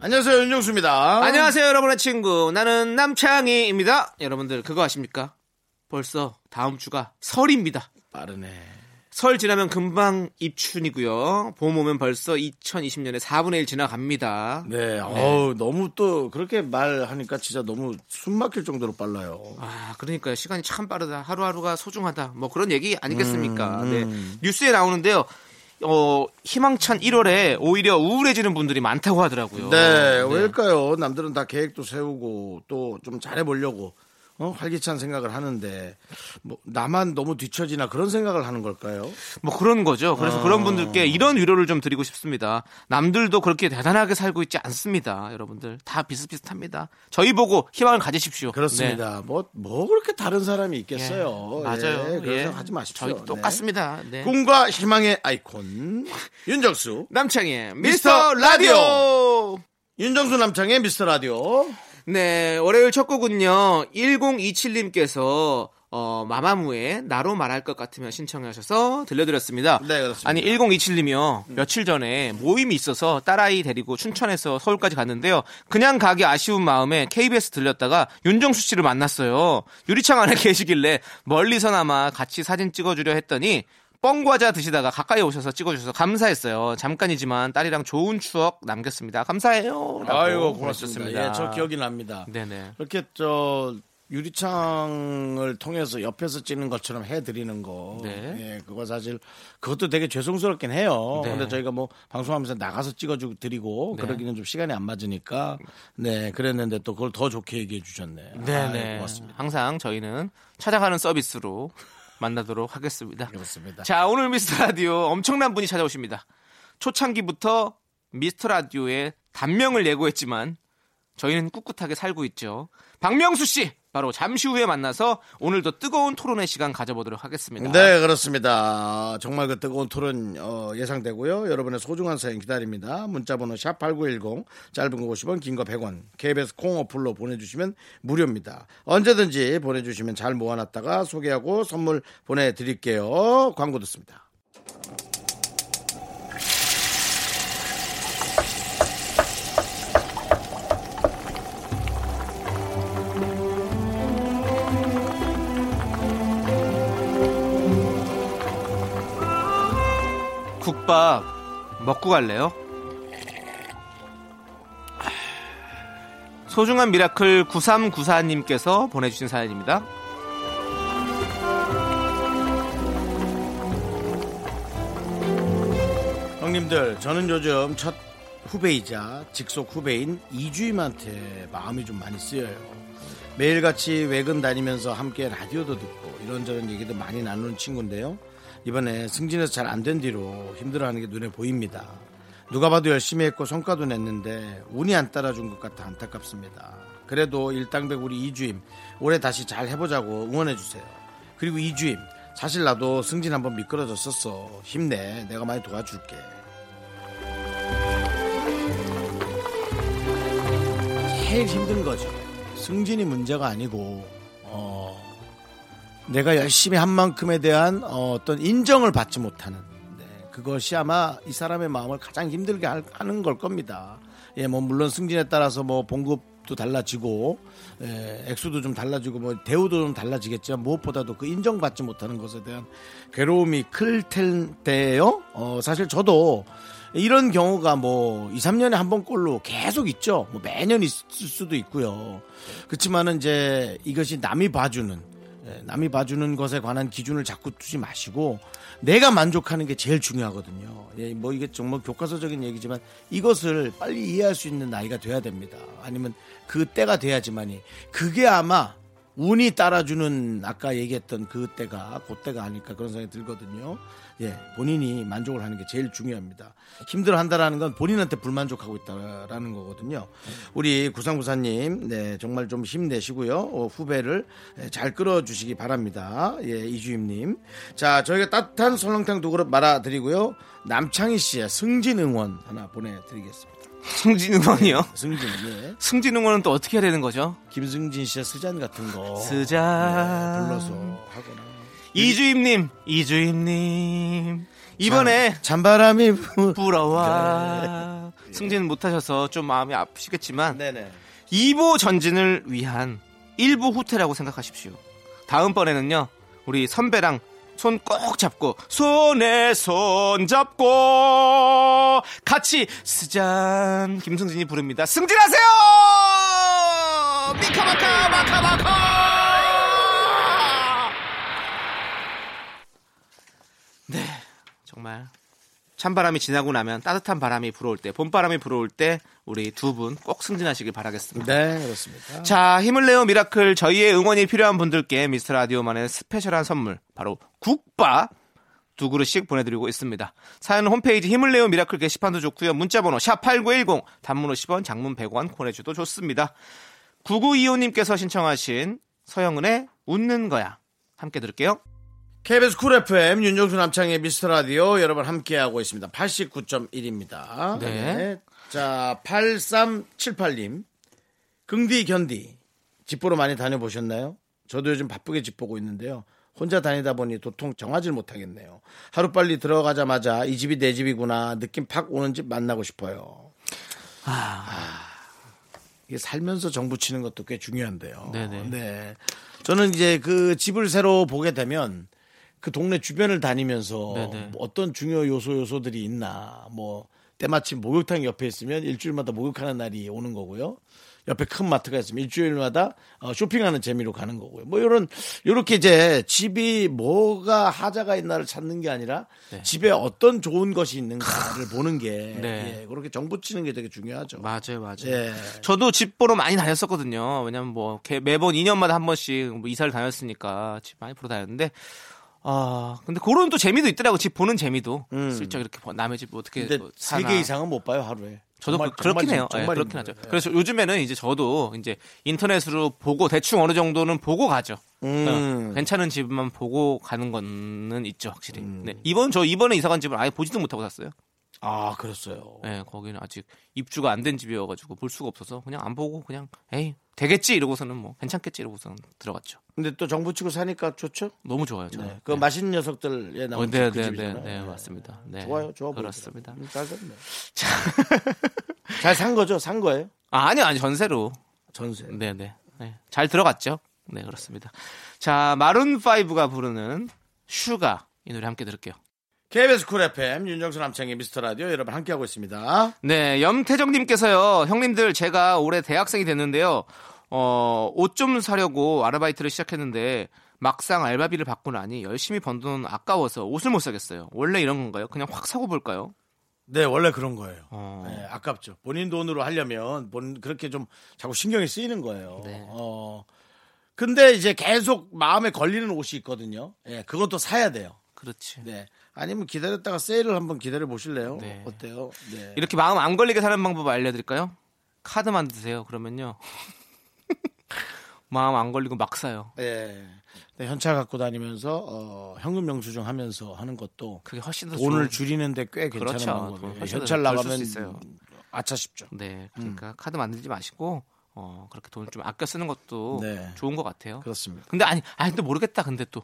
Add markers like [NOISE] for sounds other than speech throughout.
안녕하세요 윤정수입니다. 안녕하세요, 여러분의 친구. 나는 남창희입니다. 여러분들, 그거 아십니까? 벌써 다음 주가 설입니다. 빠르네. 설 지나면 금방 입춘이고요. 봄 오면 벌써 2020년의 4분의 1 지나갑니다. 네, 어우 너무 또 그렇게 말하니까 진짜 너무 숨 막힐 정도로 빨라요. 아, 그러니까요. 시간이 참 빠르다. 하루하루가 소중하다. 뭐 그런 얘기 아니겠습니까? 음, 네. 뉴스에 나오는데요. 어, 희망찬 1월에 오히려 우울해지는 분들이 많다고 하더라고요. 네, 왜일까요? 남들은 다 계획도 세우고 또 좀 잘해보려고 어? 활기찬 생각을 하는데 뭐 나만 너무 뒤처지나 그런 생각을 하는 걸까요? 뭐 그런 거죠. 그래서 아. 그런 분들께 이런 위로를 좀 드리고 싶습니다. 남들도 그렇게 대단하게 살고 있지 않습니다. 여러분들 다 비슷비슷합니다. 저희 보고 희망을 가지십시오. 네. 그렇습니다. 뭐 뭐 그렇게 다른 사람이 예. 있겠어요? 맞아요. 예, 그래서 예. 하지 마십시오. 저희 똑같습니다. 네. 네. 꿈과 희망의 아이콘 윤정수, 남창의 미스터 미스터 라디오. 윤정수 남창의 미스터 라디오. 네, 월요일 첫 곡은요. 1027님께서 어, 마마무의 나로 말할 것 같으면 신청하셔서 들려드렸습니다. 네, 그렇습니다. 아니, 1027님이요. 며칠 전에 모임이 있어서 딸아이 데리고 춘천에서 서울까지 갔는데요. 그냥 가기 아쉬운 마음에 KBS 들렸다가 윤정수 씨를 만났어요. 유리창 안에 [LAUGHS] 계시길래 멀리서나마 같이 사진 찍어주려 했더니 뻥과자 드시다가 가까이 오셔서 찍어주셔서 감사했어요. 잠깐이지만 딸이랑 좋은 추억 남겼습니다. 감사해요. 라고 보내주셨습니다. 예, 저 기억이 납니다. 네네. 이렇게 저 유리창을 통해서 옆에서 찌는 것처럼 해드리는 거. 네. 예, 그거 사실 그것도 되게 죄송스럽긴 해요. 네. 근데 저희가 뭐 방송하면서 나가서 찍어주고 드리고 네. 그러기는 좀 시간이 안 맞으니까 네 그랬는데 또 그걸 더 좋게 얘기해 주셨네. 아유, 예, 네네. 고맙습니다. 항상 저희는 찾아가는 서비스로 만나도록 하겠습니다. 그렇습니다. 자, 오늘 미스터 라디오 엄청난 분이 찾아오십니다. 초창기부터 미스터 라디오의 단명을 예고했지만 저희는 꿋꿋하게 살고 있죠. 박명수 씨 바로 잠시 후에 만나서 오늘도 뜨거운 토론의 시간 가져보도록 하겠습니다. 네, 그렇습니다. 정말 그 뜨거운 토론 어, 예상되고요. 여러분의 소중한 사연 기다립니다. 문자번호 샵 8910, 짧은 거 50원, 긴 거 100원, KBS 콩 어플로 보내주시면 무료입니다. 언제든지 보내주시면 잘 모아놨다가 소개하고 선물 보내드릴게요. 광고 듣습니다. 국밥 먹고 갈래요? 소중한 미라클 9394님께서 보내주신 사연입니다. 형님들, 저는 요즘 첫 후배이자 직속 후배인 이주임한테 마음이 좀 많이 쓰여요. 매일같이 외근 다니면서 함께 라디오도 듣고 이런저런 얘기도 많이 나누는 친구인데요. 이번에 승진해서 잘 안 된 뒤로 힘들어하는 게 눈에 보입니다. 누가 봐도 열심히 했고 성과도 냈는데 운이 안 따라준 것 같아 안타깝습니다. 그래도 일당백 우리 이주임 올해 다시 잘 해보자고 응원해주세요. 그리고 이주임 사실 나도 승진 한번 미끄러졌었어. 힘내 내가 많이 도와줄게. 제일 힘든 거죠. 승진이 문제가 아니고 어, 내가 열심히 한 만큼에 대한 어, 떤 인정을 받지 못하는 네, 그것이 아마 이 사람의 마음을 가장 힘들게 할- 하는 걸 겁니다. 예, 뭐 물론 승진에 따라서 뭐 봉급도 달라지고 예, 액수도 좀 달라지고 뭐 대우도 좀 달라지겠지만 무엇보다도 그 인정받지 못하는 것에 대한 괴로움이 클 텐데요. 어, 사실 저도 이런 경우가 뭐 2, 3년에 한 번꼴로 계속 있죠. 뭐 매년 있을 수도 있고요. 그렇지만은 이제 이것이 남이 봐주는 예, 남이 봐주는 것에 관한 기준을 자꾸 두지 마시고 내가 만족하는 게 제일 중요하거든요. 예, 뭐 이게 정말 교과서적인 얘기지만 이것을 빨리 이해할 수 있는 나이가 돼야 됩니다. 아니면 그 때가 돼야지만이 그게 아마 운이 따라주는 아까 얘기했던 그때가 그때가 아닐까 그런 생각이 들거든요. 예, 본인이 만족을 하는 게 제일 중요합니다. 힘들어한다라는 건 본인한테 불만족하고 있다라는 거거든요. 우리 구상구사님, 네 정말 좀 힘내시고요. 어, 후배를 예, 잘 끌어주시기 바랍니다. 예, 이주임님. 자, 저희가 따뜻한 설렁탕 두 그릇 말아드리고요. 남창희 씨의 승진 응원 하나 보내드리겠습니다. 승진응원이요. 승진, 예. 승진응원은 또 어떻게 해야 되는 거죠? 김승진 씨의 스잔 같은 거 예, 쓰자. 어, 네, 불러서 하거나. 이주임님, 이주임님. 이번에 잔바람이 부... 부러와. 승진 못하셔서 좀 마음이 아프시겠지만 네. 네네. 2부 전진을 위한 1부 후퇴라고 생각하십시오. 다음번에는요, 우리 선배랑 손 꼭 잡고, 손에 손 잡고, 같이 스잔 김승진이 부릅니다. 승진하세요! 미카마카, 마카마카! 네, 정말. 찬바람이 지나고 나면 따뜻한 바람이 불어올 때, 봄바람이 불어올 때, 우리 두 분 꼭 승진하시길 바라겠습니다. 네 그렇습니다. 자, 힘을 내요 미라클 저희의 응원이 필요한 분들께 미스터 라디오만의 스페셜한 선물 바로 국밥 두 그릇씩 보내드리고 있습니다. 사연은 홈페이지 힘을 내요 미라클 게시판도 좋고요. 문자번호 샵 #8910 단문 50원, 장문 100원 보내주도 좋습니다. 9925님께서 신청하신 서영은의 웃는 거야 함께 들을게요. KBS 쿨 FM 윤정수 남창의 미스터 라디오 여러분 함께하고 있습니다. 89.1입니다. 네. 자, 8378님. 긍디 견디. 집보러 많이 다녀보셨나요? 저도 요즘 바쁘게 집 보고 있는데요. 혼자 다니다 보니 도통 정하질 못하겠네요. 하루빨리 들어가자마자 이 집이 내 집이구나 느낌 팍 오는 집 만나고 싶어요. 이게 살면서 정부 치는 것도 꽤 중요한데요. 네네. 네. 저는 이제 그 집을 새로 보게 되면 그 동네 주변을 다니면서 네네. 뭐 어떤 중요 요소 요소들이 있나 뭐 때마침 목욕탕 옆에 있으면 일주일마다 목욕하는 날이 오는 거고요. 옆에 큰 마트가 있으면 일주일마다 어, 쇼핑하는 재미로 가는 거고요. 뭐 이런 요렇게 이제 집이 뭐가 하자가 있나를 찾는 게 아니라 집에 어떤 좋은 것이 있는가를 보는 게 네. 예, 그렇게 정부 치는 게 되게 중요하죠. 맞아요, 맞아요. 예. 저도 집 보러 많이 다녔었거든요. 왜냐면 뭐 개- 매번 2년마다 한 번씩 뭐 이사를 다녔으니까 집 많이 보러 다녔는데 아 근데 그런 또 재미도 있더라고 집 보는 재미도 슬쩍 이렇게 보- 남의 집 어떻게 음. 근데 뭐 세 사나. 개 이상은 못 봐요 하루에. 저도 정말, 그- 그렇긴 정말, 해요. 예, 정말 그렇긴 하죠. 힘들어요. 그래서 요즘에는 이제 저도 이제 인터넷으로 보고 대충 어느 정도는 보고 가죠. 음. 어, 괜찮은 집만 보고 가는 거는 있죠, 확실히. 음. 네, 이번 저 이번에 이사 간 집은 아예 보지도 못하고 샀어요. 아 그랬어요. 예, 거기는 아직 입주가 안 된 집이어가지고 볼 수가 없어서 그냥 안 보고 그냥 에이 되겠지 이러고서는 뭐 괜찮겠지 이러고서는 들어갔죠. 근데 또 정부 치고 사니까 좋죠. 너무 좋아요. 저는. 네. 그 맛있는 녀석들에 어, 나오는 네, 그 네, 네, 집이잖아요. 네, 예. 맞습니다. 네. 좋아요, 좋아 보이더라고요. 그렇습니다. 음, 잘 됐네. [LAUGHS] 잘산 거죠, 산 거예요. 아, 아니요, 아니 전세로. 전세. 네, 네, 네. 잘 들어갔죠. 네, 그렇습니다. 자, 마룬 5가 부르는 슈가 이 노래 함께 들을게요. KBS 쿨 FM 윤정수 남창의 미스터 라디오 여러분 함께 하고 있습니다. 네, 염태정님께서요, 형님들 제가 올해 대학생이 됐는데요, 어, 옷 좀 사려고 아르바이트를 시작했는데, 막상 알바비를 받고 나니 열심히 번 돈 아까워서 옷을 못 사겠어요. 원래 이런 건가요? 그냥 확 사고 볼까요? 네, 원래 그런 거예요. 어. 네, 아깝죠. 본인 돈으로 하려면 본 그렇게 좀 자꾸 신경이 쓰이는 거예요. 네. 어. 근데 이제 계속 마음에 걸리는 옷이 있거든요. 예, 그건 또 사야 돼요. 그렇지. 네. 아니면 기다렸다가 세일을 한번 기다려 보실래요? 네. 어때요? 네. 이렇게 마음 안 걸리게 사는 방법 알려드릴까요? 카드 만드세요. 그러면요. [LAUGHS] 마음 안 걸리고 막 사요. 예. 네, 현찰 갖고 다니면서 어, 현금 영수증 하면서 하는 것도 그게 훨씬 더 돈을 좋은- 주리는데 꽤 괜찮은 그렇죠. 돈 방법이에요. 훨씬 더 현찰 벌수 나가면 있어요. 아차 싶죠. 음. 네, 그러니까 카드 만들지 마시고 어 그렇게 돈을 좀 아껴 쓰는 것도 네. 좋은 것 같아요. 그렇습니다. 근데 아니, 아니 또 모르겠다. 근데 또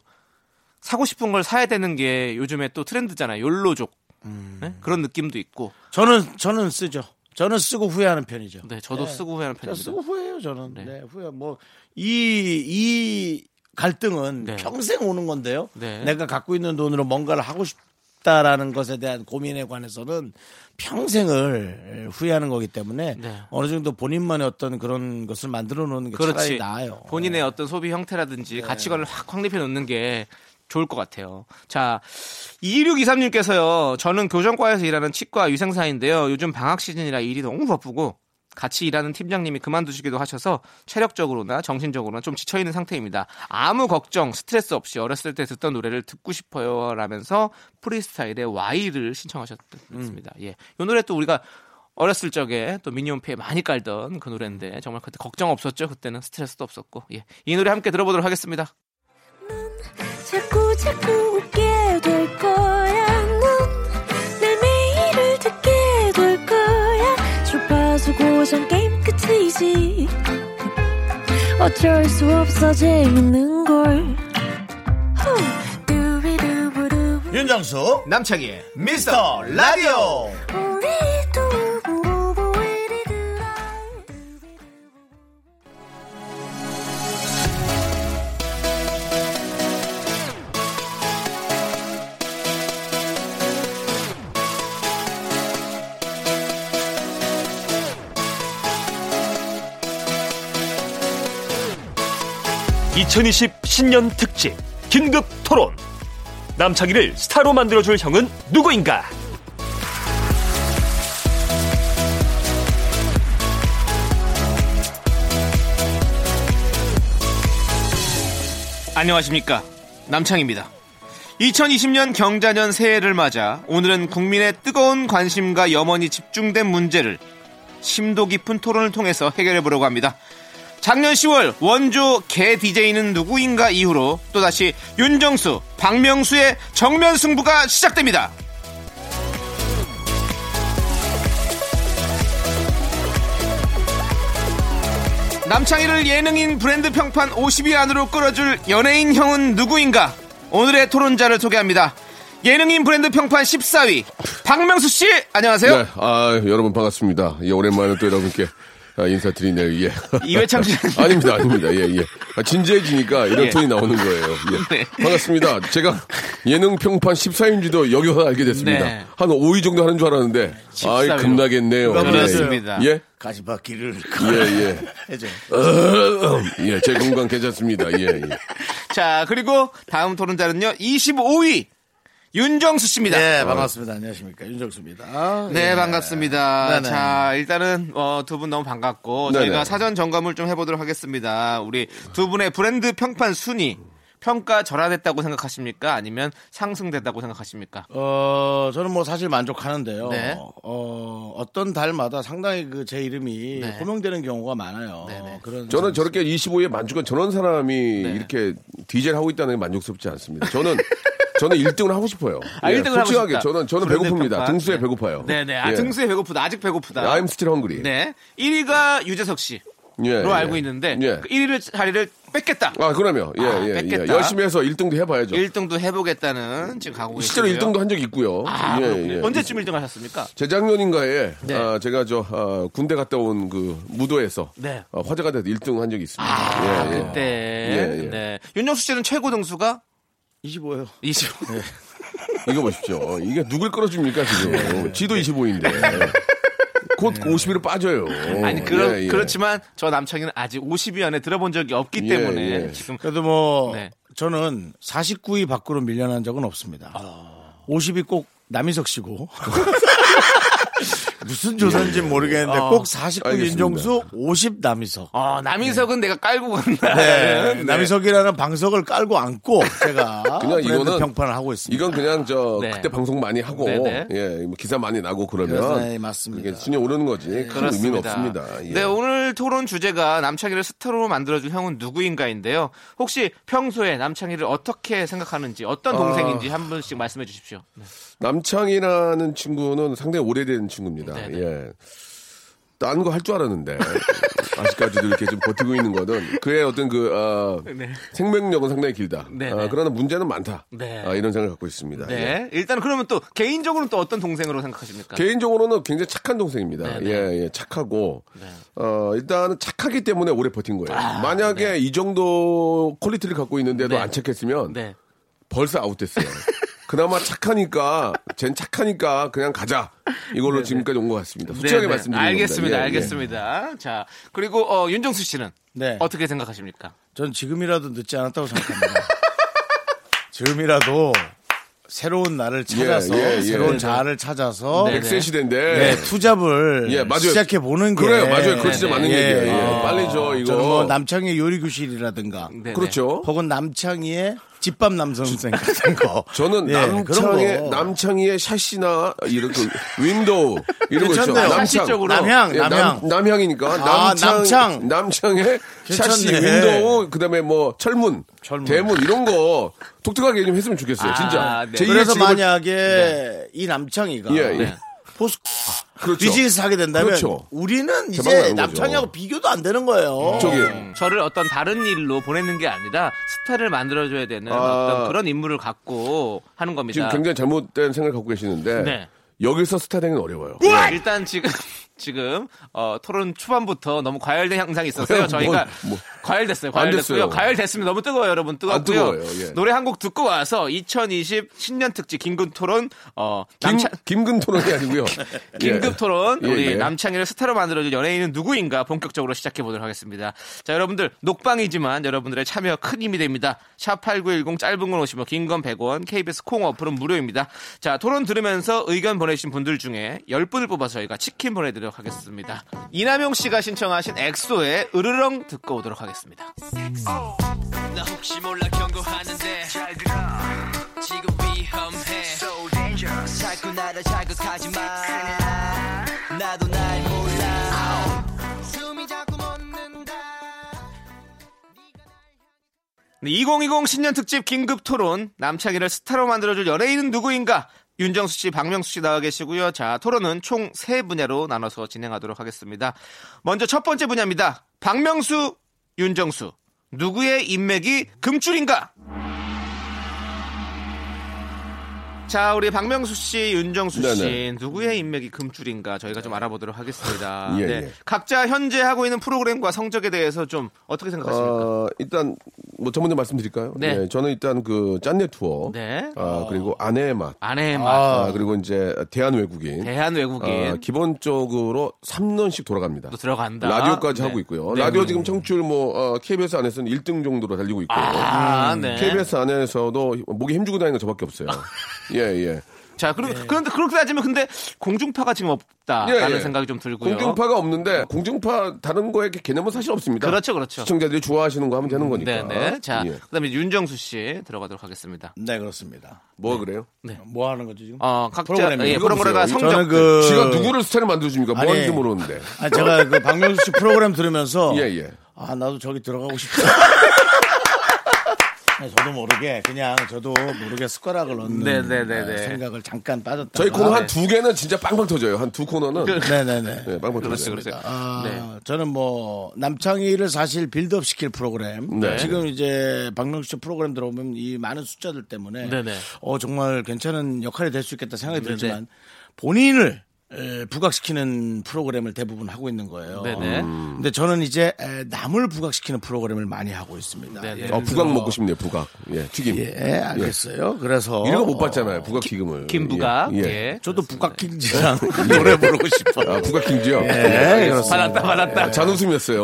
사고 싶은 걸 사야 되는 게 요즘에 또 트렌드잖아요. 욜로족 음. 네? 그런 느낌도 있고. 저는 저는 쓰죠. 저는 쓰고 후회하는 편이죠. 네, 저도 네. 쓰고 후회하는 그냥 편입니다. 쓰고 후회해요 저는. 네. 네, 후회 뭐이이 갈등은 네. 평생 오는 건데요. 네. 내가 갖고 있는 돈으로 뭔가를 하고 싶다라는 것에 대한 고민에 관해서는 평생을 후회하는 거기 때문에 네. 어느 정도 본인만의 어떤 그런 것을 만들어 놓는 게 차라리 나아요. 네. 본인의 어떤 소비 형태라든지 가치관을 확 확립해 놓는 게 좋을 것 같아요. 자, 2623님께서요. 저는 교정과에서 일하는 치과 위생사인데요. 요즘 방학 시즌이라 일이 너무 바쁘고 같이 일하는 팀장님이 그만두시기도 하셔서 체력적으로나 정신적으로나 좀 지쳐있는 상태입니다. 아무 걱정, 스트레스 없이 어렸을 때 듣던 노래를 듣고 싶어요 라면서 프리스타일의 Y를 신청하셨습니다. 음. 예. 이 노래 또 우리가 어렸을 적에 또 미니홈피에 많이 깔던 그 노래인데 정말 그때 걱정 없었죠. 그때는 스트레스도 없었고. 예. 이 노래 함께 들어보도록 하겠습니다. 자꾸 자꾸 웃게 될 거야. 넌내 매일을 듣게 될 거야. 주파수 고정 게임 끝이지. 어쩔 수 없어 재밌는 걸. 후. 두비두부두부. 윤정수 남창희의 미스터 라디오 우리 두부부부 우리 두부부부. 신년 특집 긴급 토론 남창희를 스타로 만들어줄 형은 누구인가 안녕하십니까 남창입니다. 2020년 경자년 새해를 맞아 오늘은 국민의 뜨거운 관심과 염원이 집중된 문제를 심도 깊은 토론을 통해서 해결해 보려고 합니다. 작년 10월 원조 개 DJ는 누구인가 이후로 또다시 윤정수, 박명수의 정면 승부가 시작됩니다. 남창희를 예능인 브랜드 평판 50위 안으로 끌어줄 연예인 형은 누구인가? 오늘의 토론자를 소개합니다. 예능인 브랜드 평판 14위 박명수 씨 안녕하세요. 네, 아, 여러분 반갑습니다. 예, 오랜만에 또 여러분께 아, 인사드리네요. 예. 이회창 [LAUGHS] 씨 아닙니다, 아닙니다. 예, 예. 아, 진지해지니까 이런 예. 톤이 나오는 거예요. 예. 네. 반갑습니다. 제가 예능 평판 14인지도 여기서 알게 됐습니다. 네. 한 5위 정도 하는 줄 알았는데, 아이, 14위로. 겁나겠네요. 그렇습니다. 예. 예. 가지바퀴를 [LAUGHS] 예, 예. 해줘. 예, 제 건강 괜찮습니다. 예, 예. 자 그리고 다음 토론자는요 25위 윤정수 씨입니다. 네 반갑습니다. 안녕하십니까 윤정수입니다. 어. 네, 예. 반갑습니다. 네네. 자, 일단은 어, 두 분 너무 반갑고 네네. 저희가 사전 점검을 좀 해보도록 하겠습니다. 우리 두 분의 브랜드 평판 순위 평가 절하됐다고 생각하십니까? 아니면 상승됐다고 생각하십니까? 어, 저는 뭐 사실 만족하는데요. 네. 어, 어떤 달마다 상당히 그 제 이름이 네. 호명되는 경우가 많아요. 네네. 그런 저는 저렇게 25에 만족한 저런 사람이 네. 이렇게 디젤 하고 있다는 게 만족스럽지 않습니다. 저는 저는 1등을 하고 싶어요. [LAUGHS] 예, 아, 1등을 하고 솔직하게 싶다. 저는 저는 브랜드 배고픕니다. 평판. 등수에 네. 배고파요. 네, 네. 아, 예. 등수에 배고프다. 아직 배고프다. I'm still hungry. 네. 1위가 유재석 씨로 예, 예. 알고 있는데 예. 그 1위를 자리를 뺏겠다. 아, 그러면 예, 아, 예, 예. 뺏겠다. 열심히 해서 1등도 해봐야죠. 1등도 해보겠다는 지금 가고 계시고요. 실제로 1등도 한 적이 있고요. 아, 예, 그렇군요. 예. 언제쯤 1등 하셨습니까? 재작년인가에 네. 아, 제가 저 아, 군대 갔다 온 그 무도에서 네. 아, 아, 화제가 돼서 1등 한 적이 있습니다. 예, 예. 그때. 예, 예. 네. 윤정수 씨는 최고 등수가 25요. 25. 예, 이거 보십시오. 이게 누굴 끌어줍니까 지금? 지도 25인데 곧 50위로 빠져요. 아니 그러, 예, 예. 그렇지만 저 남창희는 아직 50위 안에 들어본 적이 없기 예, 때문에 예. 지금 그래도 뭐 네. 저는 49위 밖으로 밀려난 적은 없습니다. 아. 50위 꼭 남인석 [LAUGHS] 씨고. [LAUGHS] 무슨 조사인지 네. 모르겠는데 아. 꼭 49위 알겠습니다. 윤정수 50 남인석. 어, 남인석은 내가 깔고 간다. 네. 남인석이라는 방석을 깔고 앉고 제가 그냥 브랜드 이거는 평판을 하고 있습니다. 이건 그냥 저 네. 그때 방송 많이 하고 네, 네. 예, 뭐 기사 많이 나고 그러면 그래서, 네, 맞습니다. 네. 그게 순위 오르는 거지 큰 의미는 없습니다. 예. 네 오늘 토론 주제가 남창희를 스타로 만들어준 형은 누구인가인데요. 혹시 평소에 남창희를 어떻게 생각하는지 아. 어떤 동생인지 한 분씩 말씀해 주십시오. 남창이라는 친구는 상당히 오래된 친구입니다. 네, 네. 예. 딴 거 할 줄 알았는데 아직까지도 이렇게 좀 버티고 있는 거는 그의 어떤 그 어, 네. 생명력은 상당히 길다. 네, 아, 네. 그러나 문제는 많다. 네. 아, 이런 생각을 갖고 있습니다. 네. 예. 일단 그러면 또 개인적으로는 또 어떤 동생으로 생각하십니까? 그, 개인적으로는 굉장히 착한 네, 동생입니다. 네. 예, 예, 착하고 어, 일단은 착하기 때문에 오래 버틴 거예요. 만약에 이 정도 퀄리티를 갖고 있는데도 아, 네. 안 착했으면 네. 벌써 아웃됐어요. 그나마 착하니까, 쟨 착하니까 그냥 가자. 이걸로 지금까지 온 것 같습니다. 솔직하게 네, 네. 말씀드리는 알겠습니다. 겁니다. 예, 예. 알겠습니다. 자 그리고 어, 윤정수 씨는 네. 어떻게 생각하십니까? [LAUGHS] 전 지금이라도 늦지 않았다고 생각합니다. 지금이라도 새로운 나를 찾아서 예, 예. 새로운 네. 자아를 찾아서 네. 백세 시대인데. 네, 투잡을 예, 맞아요. 시작해 보는 게 네, 어. 그래요, 맞아요. 그거 진짜 맞는 얘기예요. 예. 빨리 저 이거. 저는 뭐 남창희 요리 교실이라든가 네네. 그렇죠. 혹은 남창희의 집밥 남성 생 같은 거. [LAUGHS] 저는 예, 남창의 그런 거. 남창의 샷시나 이런 그 윈도우 이런 거 있죠. 괜찮네요. 남창. 샷시적으로. 남향, 예, 남향. 남, 남향이니까 아, 남창 남창. 남창의 샷시 괜찮네. 윈도우 그다음에 뭐 철문, 철문. 대문 이런 거 독특하게 좀 했으면 좋겠어요. 진짜. 아, 네. 제2의 그래서 직업을- 만약에 이 남창희가 예, 예. 포스 그렇죠. 비즈니스 하게 된다면 그렇죠. 우리는 대박 나는 이제 거죠. 남창희하고 비교도 안 되는 거예요. 저기 음, 저를 어떤 다른 일로 보내는 게 아니라 스타를 만들어줘야 되는 아. 어떤 그런 임무를 갖고 하는 지금 겁니다. 굉장히 잘못된 생각을 갖고 계시는데 네. 여기서 스타 되기는 어려워요. 네, 일단 지금 [LAUGHS] 지금 어, 토론 초반부터 너무 과열된 향상이 있었어요. 뭐, 저희가 뭐. 과열됐어요. 안 됐어요. 과열됐고요. 과열됐으면 너무 뜨거워요, 여러분. 뜨겁고요. 뜨거워요, 예. 노래 한 곡 듣고 와서 2020 신년 특집 긴급 토론 어 김, 남창 김근 토론이 [LAUGHS] 아니고요. 긴급 토론 예, 우리 예. 남창희를 스타로 만들어줄 연예인은 누구인가 본격적으로 시작해 보도록 하겠습니다. 자 여러분들 녹방이지만 여러분들의 참여 큰 힘이 됩니다. 샵8910 짧은 건 50원 긴 건 100원 KBS 콩 어플은 무료입니다. 자 토론 들으면서 의견 보내주신 분들 중에 10분을 뽑아서 저희가 치킨 보내드리도록 하겠습니다. 이남용 씨가 신청하신 엑소의 으르렁 듣고 오도록 하겠습니다. 나 혹시 몰라 경고하는데 잘 들어 지금 위험해 So dangerous 자꾸 나를 자극하지 마 나도 날 몰라 숨이 자꾸 멎는다 네, 2020 신년 특집 긴급 토론 남창희를 스타로 만들어줄 연예인은 누구인가? 윤정수 씨, 박명수 씨 나와 계시고요. 자, 토론은 총 세 분야로 나눠서 진행하도록 하겠습니다. 먼저 첫 번째 분야입니다. 박명수, 윤정수. 누구의 인맥이 금줄인가? 자, 우리 박명수 씨, 윤정수 씨, 네네. 누구의 인맥이 금줄인가 저희가 좀 알아보도록 하겠습니다. [LAUGHS] 예, 네. 예. 각자 현재 하고 있는 프로그램과 성적에 대해서 좀 어떻게 생각하십니까? 어, 일단 뭐 전문적 말씀드릴까요? 네. 예, 저는 일단 그 짠내 투어, 네. 아 그리고 아내의 맛, 아내의 맛. 아, 그리고 이제 대한 외국인, 대한 외국인 아, 기본적으로 3년씩 돌아갑니다. 또 들어간다. 라디오까지 네. 하고 있고요. 네. 라디오 지금 청취율 뭐 어, KBS 안에서는 1등 정도로 달리고 있고. 아, 네. KBS 안에서도 목에 힘주고 다니는 거 저밖에 [LAUGHS] 없어요. 예, 예. 자, 그럼 네. 그런데 그렇게 따지면 근데 공중파가 지금 없다라는 예, 예. 생각이 좀 들고요. 공중파가 없는데 공중파 다른 거에 개념은 사실 없습니다. 그렇죠, 그렇죠. 시청자들이 좋아하시는 거 하면 되는 네, 거니까. 네. 자, 예. 그다음에 윤정수 씨 들어가도록 하겠습니다. 네 그렇습니다. 뭐가 그래요? 뭐 하는 거죠 지금? 어, 각자 프로그램이요. 예, 프로그램과 이거 성적 저는 그 지가 누구를 스타를 만들어줍니까? 뭐 아니. 하는지 모르는데. 아, 제가 그 박명수 씨 프로그램 들으면서 예, 예. 아 나도 저기 들어가고 싶다. [LAUGHS] 아니, 저도 모르게 그냥 저도 모르게 숟가락을 넣는 네, 네, 네, 네. 생각을 잠깐 빠졌다. 저희 아, 코너 한 두 개는 진짜 빵빵 터져요. 한 두 코너는. 네네네. 네, 빵빵 그렇죠, 터져요. 그렇죠. 아, 네. 저는 뭐 남창희를 사실 빌드업 시킬 프로그램 네. 지금 이제 박명수 씨 프로그램 들어오면 이 많은 숫자들 때문에 네네. 어 정말 괜찮은 역할이 될 수 있겠다 생각이 들지만 본인을 에, 부각시키는 프로그램을 대부분 하고 있는 거예요. 음. 네네. 근데 저는 이제 에, 남을 부각시키는 프로그램을 많이 하고 있습니다. 네네. 예를 어, 들어- 부각 먹고 싶네요, 부각. 예, 튀김. 예, 알겠어요. 그래서 이런 거 못 봤잖아요, 부각 튀김을. 김부각. 예. 예. 예. 저도 북각킹지랑 노래 부르고 싶어요. 아, 부각킹지요? 예, 그렇습니다. 받았다, 받았다. 예, 잔웃음이었어요.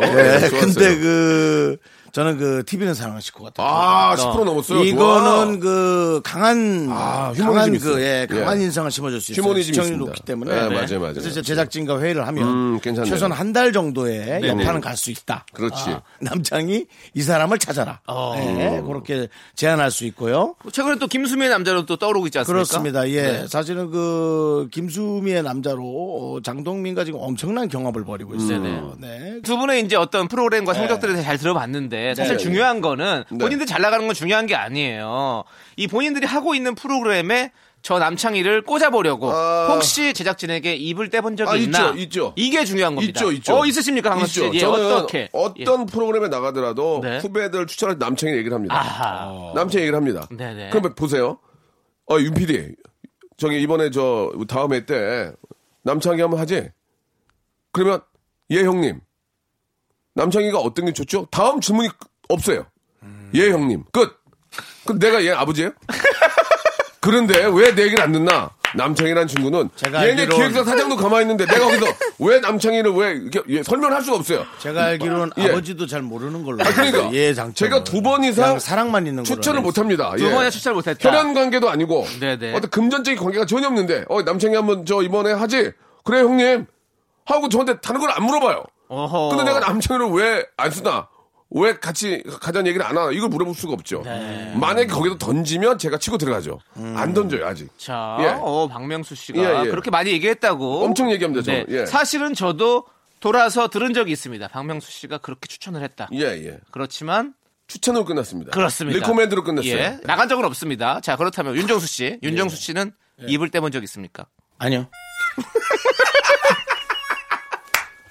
[LAUGHS] 예, 네, 좋았어요. 근데 그 저는 그 TV는 사랑하실 것 같아요. 아, 10% 넘었어요. 이거는 그 강한 아, 휴머니즘 강한 있어요. 그 예, 강한 예. 인상을 심어줄 수 있어요. 휴머니즘 시청률이 있습니다. 높기 때문에 네. 예, 맞아요, 맞아요. 그래서 이제 제작진과 회의를 하면 음, 괜찮네요. 최소한 한 달 정도의 네. 연판은 갈 수 있다. 그렇지. 아, 남장이 이 사람을 찾아라. 어. 예, 그렇게 제안할 수 있고요. 최근에 또 김수미의 남자로 또 떠오르고 있지 않습니까? 그렇습니다. 예. 네. 사실은 그 김수미의 남자로 어, 장동민과 지금 엄청난 경합을 벌이고 있어요. 네. 두 분의 이제 어떤 프로그램과 성적들에 대해 잘 들어봤는데 사실 네. 중요한 거는 본인들 잘 나가는 건 중요한 게 아니에요. 이 본인들이 하고 있는 프로그램에 저 남창희를 꽂아보려고 아. 혹시 제작진에게 입을 떼본 적이 아, 있나? 있죠, 있죠. 이게 중요한 겁니다. 있죠, 있죠. 어 있으십니까, 강남 씨? 있죠. 예, 저는 어떻게? 예. 어떤 프로그램에 나가더라도 네. 후배들 추천할 때 남창이 얘기를 합니다. 아하. 남창이 얘기를 합니다. 네네. 그럼 보세요. 어, 윤 PD. 저기 이번에 저 다음 회 때 남창이 한번 하지? 그러면 예, 형님. 남창이가 어떤 게 좋죠? 다음 질문이 없어요. 예, [LAUGHS] 형님. 끝. 그럼 내가 얘 아버지예요? 그런데 왜 내 얘기를 안 듣나? 남창이란 친구는 제가 얘네 알기론- 기획사 사장도 가만히 있는데 내가 거기서 왜 남창이를 왜 이렇게 예, 설명할 수가 없어요. 제가 알기로는 예. 아버지도 잘 모르는 걸로. 아, 그러니까. 예, 장점. 제가 두번 이상 사랑만 있는 걸로. 추천을 알고 못 합니다. 예. 두 번이나 추천을 예. 못했다. 혈연 관계도 아니고 네네. 어떤 금전적인 관계가 전혀 없는데 어 남창이 한번 저 이번에 하지 그래 형님 하고 저한테 다른 걸 안 물어봐요. 어허. 근데 내가 남창이를 왜 안 쓰나? 왜 같이 가자는 얘기를 안 하나? 이걸 물어볼 수가 없죠. 네. 만약에 거기서 던지면 제가 치고 들어가죠. 안 던져요, 아직. 자, 예. 어, 박명수 씨가 예, 예. 그렇게 많이 얘기했다고. 네. 엄청 얘기합니다, 저는. 예. 사실은 저도 돌아서 들은 적이 있습니다. 박명수 씨가 그렇게 추천을 했다. 예, 예. 그렇지만 추천으로 끝났습니다. 그렇습니다. 리코멘드로 끝났어요. 예, 나간 적은 없습니다. 자, 그렇다면 윤정수 씨, 윤정수 씨는 입을 떼본 적 있습니까? 아니요.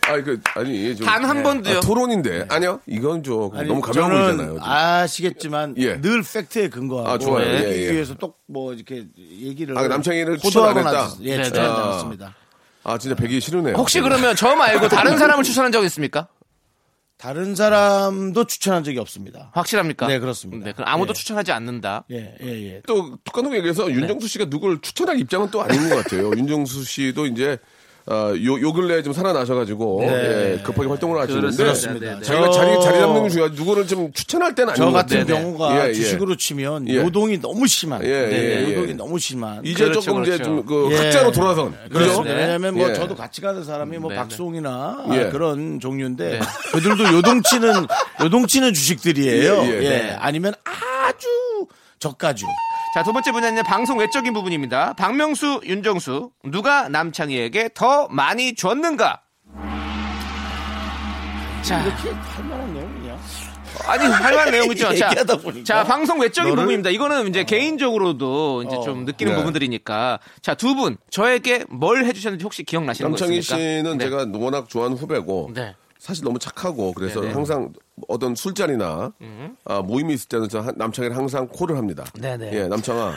아니, 그, 아니, 좀. 단 한 번도요. 네. 아, 토론인데. 아니요. 이건 좀 아니, 너무 가벼운 저는 거잖아요. 좀. 아시겠지만 예. 늘 팩트에 근거하고 아, 좋아요. 예, 예. 위에서 또 뭐 이렇게 얘기를 아, 남창희를 호도하거나 추천 안 했다? 하지- 예, 네, 추천하지 네. 않습니다. 아, 진짜 배기 싫으네요. 혹시 그러면 저 말고 다른 사람을 추천한 적 있습니까? 다른 사람도 추천한 적이 없습니다. 확실합니까? 네, 그렇습니다. 네, 그럼 아무도 예. 추천하지 않는다. 예, 예, 예. 또 똑같은 네. 얘기해서 윤정수 씨가 누굴 추천할 입장은 또 아닌 것 [LAUGHS] 같아요. 윤정수 씨도 이제 아, 요, 요 근래에 좀 살아나셔가지고 예, 급하게 활동을 하시는데 네. 그렇습니다. 네, 네, 네. 자기가 저- 자리, 자리 잡는 게 중요하지 누구를 좀 추천할 때는 아닌 저 것 같은 같아요. 네, 네. 경우가 음, 예, 예. 주식으로 치면 예. 요동이 너무 심한. 예, 예, 네, 예. 요동이 너무 심한. 이제 그렇죠, 조금 이제 그렇죠. 좀그 예. 학자로 돌아선 그죠? 그렇습니다. 왜냐하면 뭐 예. 저도 같이 가는 사람이 뭐 네, 네. 박송이나 예. 그런 종류인데 그들도 요동치는 요동치는 주식들이에요. 예, 예, 예, 네. 아니면 아주 저가주. 자, 두 번째 분야는 방송 외적인 부분입니다. 박명수, 윤정수, 누가 남창희에게 더 많이 줬는가? 자, 이렇게 할 만한 내용이냐? 아니 [LAUGHS] 할만한 내용이죠. 자, 얘기하다 보니까. 자, 방송 외적인 너를- 어. 부분입니다. 이거는 이제 개인적으로도 이제 좀 느끼는 네. 부분들이니까 자 두 분 저에게 뭘 해주셨는지 혹시 기억나시는 거 남창희 있습니까? 씨는 네. 제가 워낙 좋아하는 후배고 네. 사실 너무 착하고 그래서 네네. 음. 항상 어떤 술자리나 아, 모임이 있을 때는 저 한- 남창희를 항상 콜을 합니다. 네네. 예, 남창아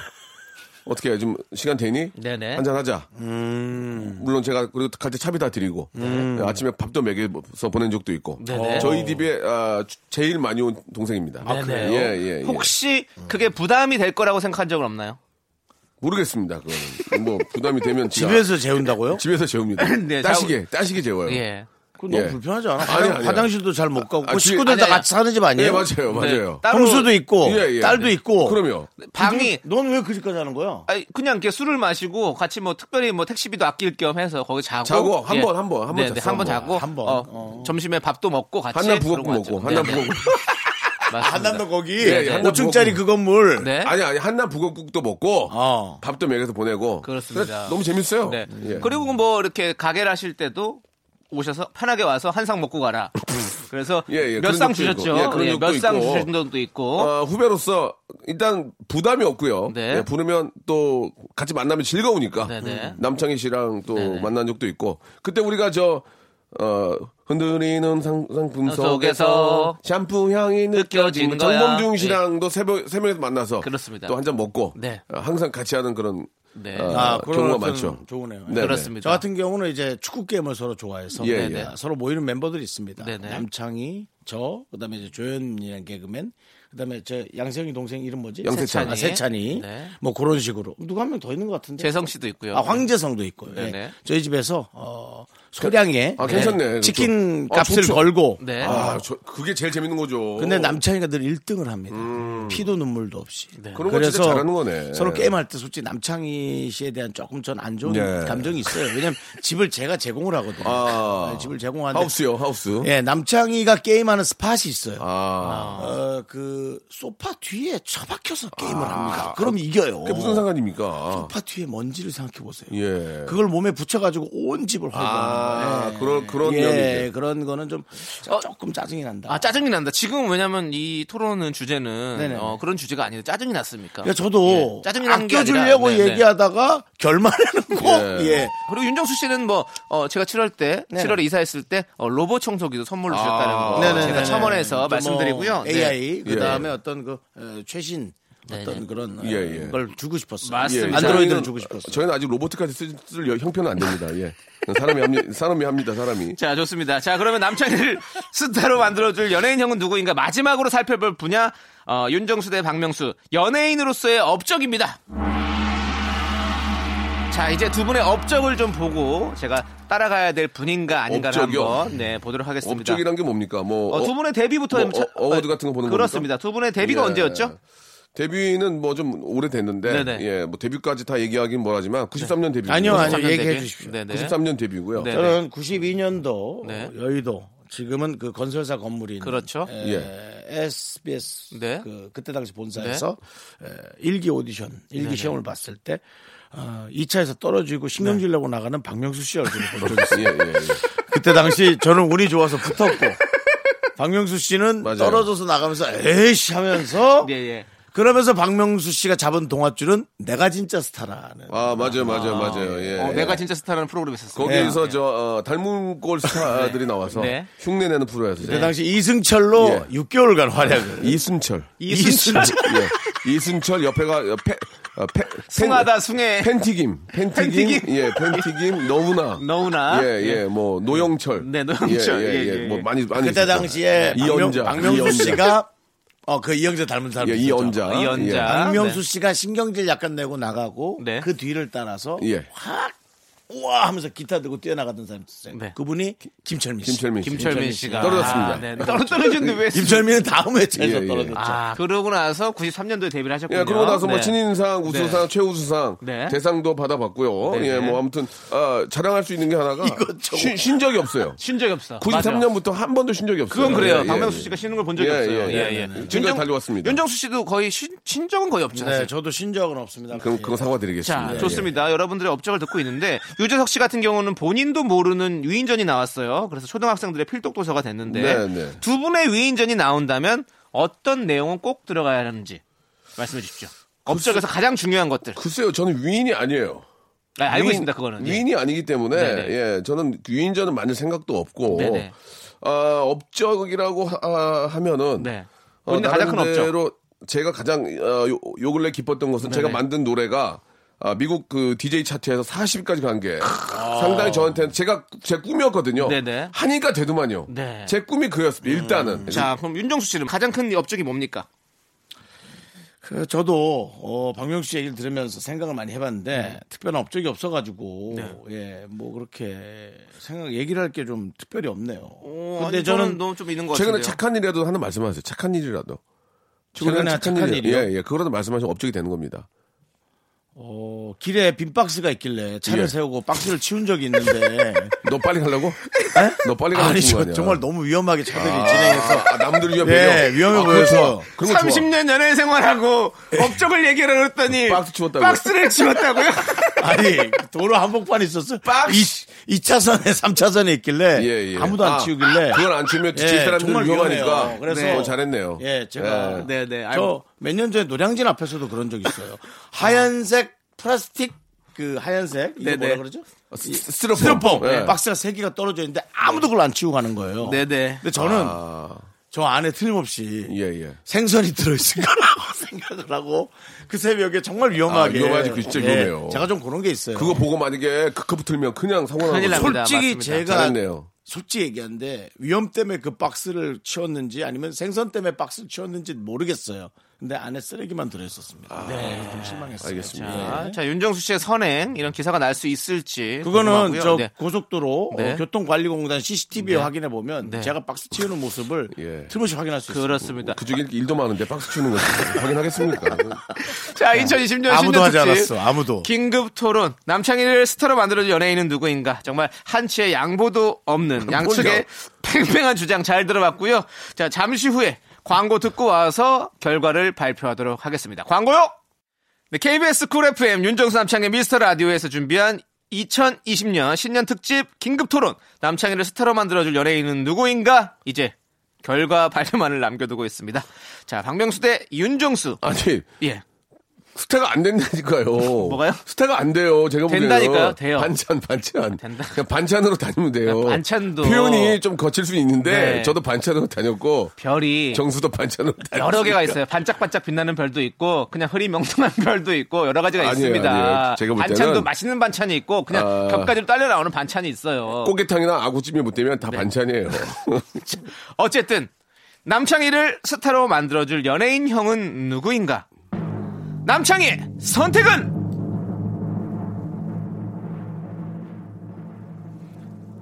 어떻게 해? 지금 시간 되니? 네네. 음. 한잔 하자. 물론 제가 그리고 갈 때 차비 다 드리고 예, 아침에 밥도 먹여서 보낸 적도 있고 음. 네네. 저희 집에 아, 주- 제일 많이 온 동생입니다. 아, 그래요? 예, 예, 예. 혹시 그게 부담이 될 거라고 생각한 적은 없나요? 모르겠습니다. 그거는 뭐 부담이 되면 지가- 집에서 재운다고요? 집에서 재웁니다. [LAUGHS] 네, 따시게 따시게 재워요. 예. 그 너무 예. 불편하지 않아? 아니, 화장, 아니요. 실도 잘 못 가고 뭐 아, 집에- 식구들 다 아니, 아니. 같이 사는 집 아니에요? 예, 맞아요, 맞아요. 네? 따로- 네, 형수도 있고 예, 예. 딸도 있고. 그럼요. 방이 넌왜 그 집까지 하는 거야? 아니, 그냥 이렇게 술을 마시고 같이 뭐 특별히 뭐 택시비도 아낄 겸 해서 거기 자고 자고 한 번, 한 번, 한번 네, 네, 잤어, 한번 한 자고 번. 한 번. 어, 어. 점심에 밥도 먹고 같이 한남 그러고 부엌국 왔죠. 먹고 네, 한남 네. 부엌국 맞습니다. 한남동 거기 예, 예, 한남 5층짜리 그 건물. [LAUGHS] 네. 아니 아니 한남 북어국도 먹고 어. 밥도 먹여서 보내고 그렇습니다. 그래서 너무 재밌어요. 네. 예. 그리고 뭐 이렇게 가게를 하실 때도 오셔서 편하게 와서 한 상 먹고 가라. 그래서 예, 예, 몇 그런 상 적도 있고. 주셨죠. 예, 그런 적도 몇 상 있고. 주신 적도 있고. 어, 후배로서 일단 부담이 없고요. 네. 예, 부르면 또 같이 만나면 즐거우니까 음, 네네. 남창희 씨랑 또 네네. 만난 적도 있고 그때 우리가 저 어, 흔들리는 상, 상품 어, 속에서 속에서 샴푸 향이 느껴지는 느껴지는 거야. 네. 정범중 씨랑도 새벽 세 명에서 만나서 그렇습니다. 또 한 잔 먹고 네. 어, 항상 같이 하는 그런 네. 어, 아, 경우가 그런 많죠. 많죠. 좋으네요. 네, 그렇습니다. 저 같은 경우는 이제 축구 게임을 서로 좋아해서 예, 예. 아, 서로 모이는 멤버들이 있습니다. 네네. 남창희, 저, 그다음에 이제 조현이라는 개그맨, 그다음에 저 양세형이 동생 이름 뭐지? 양세찬. 아, 세찬이. 네. 뭐 그런 식으로 누가 한 명 더 있는 것 같은데. 재성 씨도 있고요. 아 황재성도 있고요. 예. 네네. 저희 집에서 어, 소량의 예, 아, 괜찮네. 치킨 그렇죠. 아, 값을 좋죠. 걸고. 네. 아, 저, 그게 제일 재밌는 거죠. 근데 남창이가 늘 1등을 합니다. 피도 눈물도 없이. 음. 네. 네. 그런 거 진짜 잘하는 거네. 서로 게임할 때 솔직히 남창희 씨에 대한 조금 전 안 좋은 네. 감정이 있어요. 왜냐면 집을 제가 제공을 하거든요. 아. 네, 집을 제공하는데. 하우스요, 하우스. 예, 남창희가 게임하는 스팟이 있어요. 아. 어, 그 소파 뒤에 처박혀서 게임을 합니다. 그럼 이겨요. 아. 그게 무슨 상관입니까? 소파 뒤에 먼지를 생각해 보세요. 예. 그걸 몸에 붙여가지고 온 집을 아, 활용하는. 네. 아, 그런, 그런 예, 면이죠. 그런 거는 좀 조금 짜증이 난다. 아 짜증이 난다. 지금 왜냐면 이 토론은 주제는 네네. 어, 그런 주제가 아닌데 짜증이 났습니까? 그러니까 저도 예, 짜증이 나는 게 아껴주려고 아니라, 네네. 얘기하다가 결말에는 꼭 예. 예. 그리고 윤정수 씨는 뭐 어, 제가 7월 때 네네. 아. 7월에 이사했을 때 어, 로봇 청소기도 선물로 주셨다는 거 네네네네. 아, 제가 첨언해서 뭐 말씀드리고요. 네. AI 그다음에 예. 어떤 그 어, 최신 어떤 그런 어, 예, 예. 걸 주고 싶었어요. 예. 맞습니다. 예. 안드로이드를 저희는- 주고 싶었어요. 저희는 아직 로봇까지 쓸, 쓸 형편은 안 됩니다. 예. 사람이 합니다. 사람이 합니다. 사람이. 자 좋습니다. 자 그러면 남창희를 [LAUGHS] 스타로 만들어줄 연예인형은 누구인가 마지막으로 살펴볼 분야 어, 윤정수 대 박명수 연예인으로서의 업적입니다. 자, 이제 두 분의 업적을 좀 보고 제가 따라가야 될 분인가 아닌가를 업적이요? 한번 네, 보도록 하겠습니다. 업적이란 게 뭡니까? 뭐 어, 두 분의 데뷔부터 뭐, 한번 차- 어, 워드 같은 거 보는 그렇습니다. 두 분의 데뷔가 예. 언제였죠? 데뷔는 뭐 좀 오래됐는데 네네. 네. 예, 뭐 데뷔까지 다 얘기하긴 뭐하지만 93년 데뷔. 아니요, 아니요. 93년 얘기해 데뷔. 주십시오. 네네. 93년 데뷔고요. 네. 저는 92년도 네. 여의도 지금은 그 건설사 건물이 있는 그렇죠. 에, SBS 네. 그 그때 당시 본사에서 에, 일기 오디션 일기 시험을 봤을 때 어, 2차에서 떨어지고 네. 신경질 내고 나가는 박명수 씨 얼굴을 본 [LAUGHS] 적이 있어요. 예, 예, 예. 그때 당시 저는 운이 좋아서 붙었고 박명수 씨는 맞아요. 떨어져서 나가면서 에이씨 하면서 예, 예. 그러면서 박명수 씨가 잡은 동아줄은 내가 진짜 스타라는 아, 맞아요, 맞아요, 맞아요. 예. 어, 내가 진짜 스타라는 프로그램이 있었어요. 거기에서 저 어, 닮은 꼴 스타들이 나와서 네. 흉내내는 프로에서 그때 당시 이승철로 예. 6개월간 활약을 이순철. 이순철 예. 이순철 옆에가 어, 패, 어, 패, 팬- 승하다 승해 팬티김, 팬티김, 팬티김. 예, 팬티김, 너무나, 너무나. 예, 예, 뭐 노영철, 네, 노영철. 예, 예, 예, 예, 예. 뭐 많이 많이 그때 있었죠. 당시에 박명, 네. 이연자, 박명수 이연자. 씨가 어 그 이영자 닮은 사람 예, 있었죠. 이연자, 아, 이연자. 박명수 네. 씨가 신경질 약간 내고 나가고 네. 그 뒤를 따라서 예. 확 우와 하면서 기타 들고 뛰어나가던 사람 있었어요. 네. 그분이 김철민 씨. 김철민 씨, 김철민 씨가 떨어졌습니다. 아, 네. 떨어 떨어졌는데 왜 김철민은 다음 회차에서 예, 예. 떨어졌죠. 아, 그러고 나서 93년도에 데뷔를 하셨군요. 예, 그러고 나서 뭐 네. 신인상, 우수상, 최우수상 네. 대상도 받아봤고요. 네. 예, 뭐 아무튼 아, 자랑할 수 있는 게 하나가 쉰, 쉰 적이 없어요. 쉰 적이 없어. 맞아요. 93년부터 한 번도 쉰 적이 없어요. 그건 그래요. 예, 예, 박명수 예. 씨가 쉬는 걸 본 적이 예, 없어요. 예, 예, 예. 예. 지금까지 달려왔습니다. 윤정수 씨도 거의 신, 신적은 거의 없죠. 네, 사실. 저도 신적은 없습니다. 그럼 그거 자, 사과드리겠습니다. 예. 좋습니다. 여러분들의 업적을 듣고 있는데 유재석 씨 같은 경우는 본인도 모르는 위인전이 나왔어요. 그래서 초등학생들의 필독 도서가 됐는데 네, 네. 두 분의 위인전이 나온다면 어떤 내용은 꼭 들어가야 하는지 말씀해 주십시오. 업적에서 가장 중요한 것들. 예. 글쎄요, 저는 위인이 아니에요. 아, 알고 위인- 있습니다. 그거는. 예. 위인이 아니기 때문에 네네. 예, 저는 위인전은 만들 생각도 없고 네네. 아, 업적이라고 하, 면은 어, 네. 본인의 가장 큰 업적. 제가 가장 어, 요, 요 근래 기뻤던 네, 것은 제가 만든 노래가 아, 미국 그 DJ 차트에서 40위까지 간 게 상당히 저한테는 제가 제 꿈이었거든요. 네네. 하니까 되더만요. 네. 음. 제 꿈이 그였습니다. 일단은. 자, 그럼 윤정수 씨는 가장 큰 업적이 뭡니까? 그 저도 어, 박명수 씨 얘기를 들으면서 생각을 많이 해봤는데 특별한 업적이 없어가지고 예 뭐 그렇게 생각 얘기를 할 게 좀 특별히 없네요. 어, 근데 아니, 저는 너무 좀 있는 것 같은데요. 최근에 착한 일이라도 하나 말씀하세요. 착한 일이라도. 최근에 착한 일- 일이요? 예, 예. 그거라도 말씀하시면 업적이 되는 겁니다. 어, 길에 빈 박스가 있길래 차를 예. 세우고 박스를 치운 적이 [LAUGHS] 있는데 너 빨리 가려고? 너 빨리 가려고? 아니 친구 저, 아니야? 정말 너무 위험하게 차들이 진행해서 아, 남들 위험해. 예 위험해 보여서 그렇죠. 그런 거 좋아. 예. 30년 연애 생활하고 업적을 얘기하라 그랬더니 박스 치웠다고요? 박스를 치웠다고요? 아니 도로 한복판에 있었어요. 이 2차선에 3차선에 있길래 예, 예. 아무도 안 아, 치우길래 그걸 안 치우면 뒤에 예, 사람들 정말 위험하니까. 위험해요. 그래서 어, 잘했네요. 예, 제가 네, 네. 저 몇 년 전에 노량진 앞에서도 그런 적 있어요. 하얀색 플라스틱 그 하얀색 이거 네네. 뭐라 그러죠? 스- 스티로폼. 스티로폼 예. 박스가 세 개가 떨어져 있는데 아무도 그걸 안 치우고 가는 거예요. 네네. 근데 저는 아, 저 안에 틀림없이 예, 예. 생선이 들어있을 거라고 [LAUGHS] 생각을 하고 그 새벽에 정말 위험하게 예. 아, 위험하지. 그 진짜 위험해요. 제가 좀 그런 게 있어요. 그거 보고 만약에 크크 붙으면 그냥 사고 나는 큰일 거죠. 납니다. 솔직히 네, 맞습니다. 제가 잘했네요. 솔직히 얘기한데 위험 때문에 그 박스를 치웠는지 아니면 생선 때문에 박스를 치웠는지 모르겠어요. 근데 안에 쓰레기만 들어있었습니다. 네, 좀 실망했어요. 아, 알겠습니다. 네. 예. 자, 윤정수 씨의 선행 이런 기사가 날 수 있을지 그거는 궁금하고요. 저 네. 고속도로 네. 어, 교통관리공단 CCTV에 확인해 보면 네. 제가 박스 치우는 모습을 예. 틀림없이 확인할 수 있어요. 그렇습니다. 그쪽에 일도 많은데 박수 치는 거 확인하겠습니까? 자, 2020년 네. 아무도 하지 신년 특집 않았어. 아무도. 긴급 토론 남창희를 스타로 만들어준 연예인은 누구인가? 정말 한치의 양보도 없는 양측의 팽팽한 주장 잘 들어봤고요. 자, 잠시 후에 광고 듣고 와서 결과를 발표하도록 하겠습니다. 광고요. 네, KBS 쿨 FM 윤정수 남창의 미스터 라디오에서 준비한 2020년 신년 특집 긴급 토론 남창희를 스타로 만들어줄 연예인은 누구인가? 이제 결과 [LAUGHS] 발표만을 남겨두고 있습니다. 자, 박명수 대 윤정수. 아니, 예. 스타가 안 된다니까요. 뭐가요? 스타가 안 돼요. 제가 보기에는. 된다니까요? 돼요. 아, 반찬, 반찬. 된다. 그냥 반찬으로 다니면 돼요. 반찬도. 표현이 좀 거칠 수 있는데 네. 저도 반찬으로 다녔고 별이 정수도 반찬으로 다녔어요. 여러 개가 있어요. 반짝반짝 빛나는 별도 있고 그냥 흐리멍텅한 [LAUGHS] 별도 있고 여러 가지가 아니에요, 있습니다. 아니에요. 제가 볼 때는- 반찬도 맛있는 반찬이 있고 그냥 아. 겹가지로 딸려 나오는 반찬이 있어요. 꽃게탕이나 아구찜이 못 되면 다 네. 반찬이에요. [LAUGHS] 어쨌든 남창희를 스타로 만들어줄 연예인 형은 누구인가? 남창희 선택은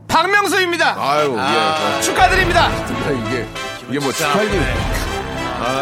박명수입니다. 아유, 예. 축하드립니다. 아, 이게, 이게 뭐 스타일이.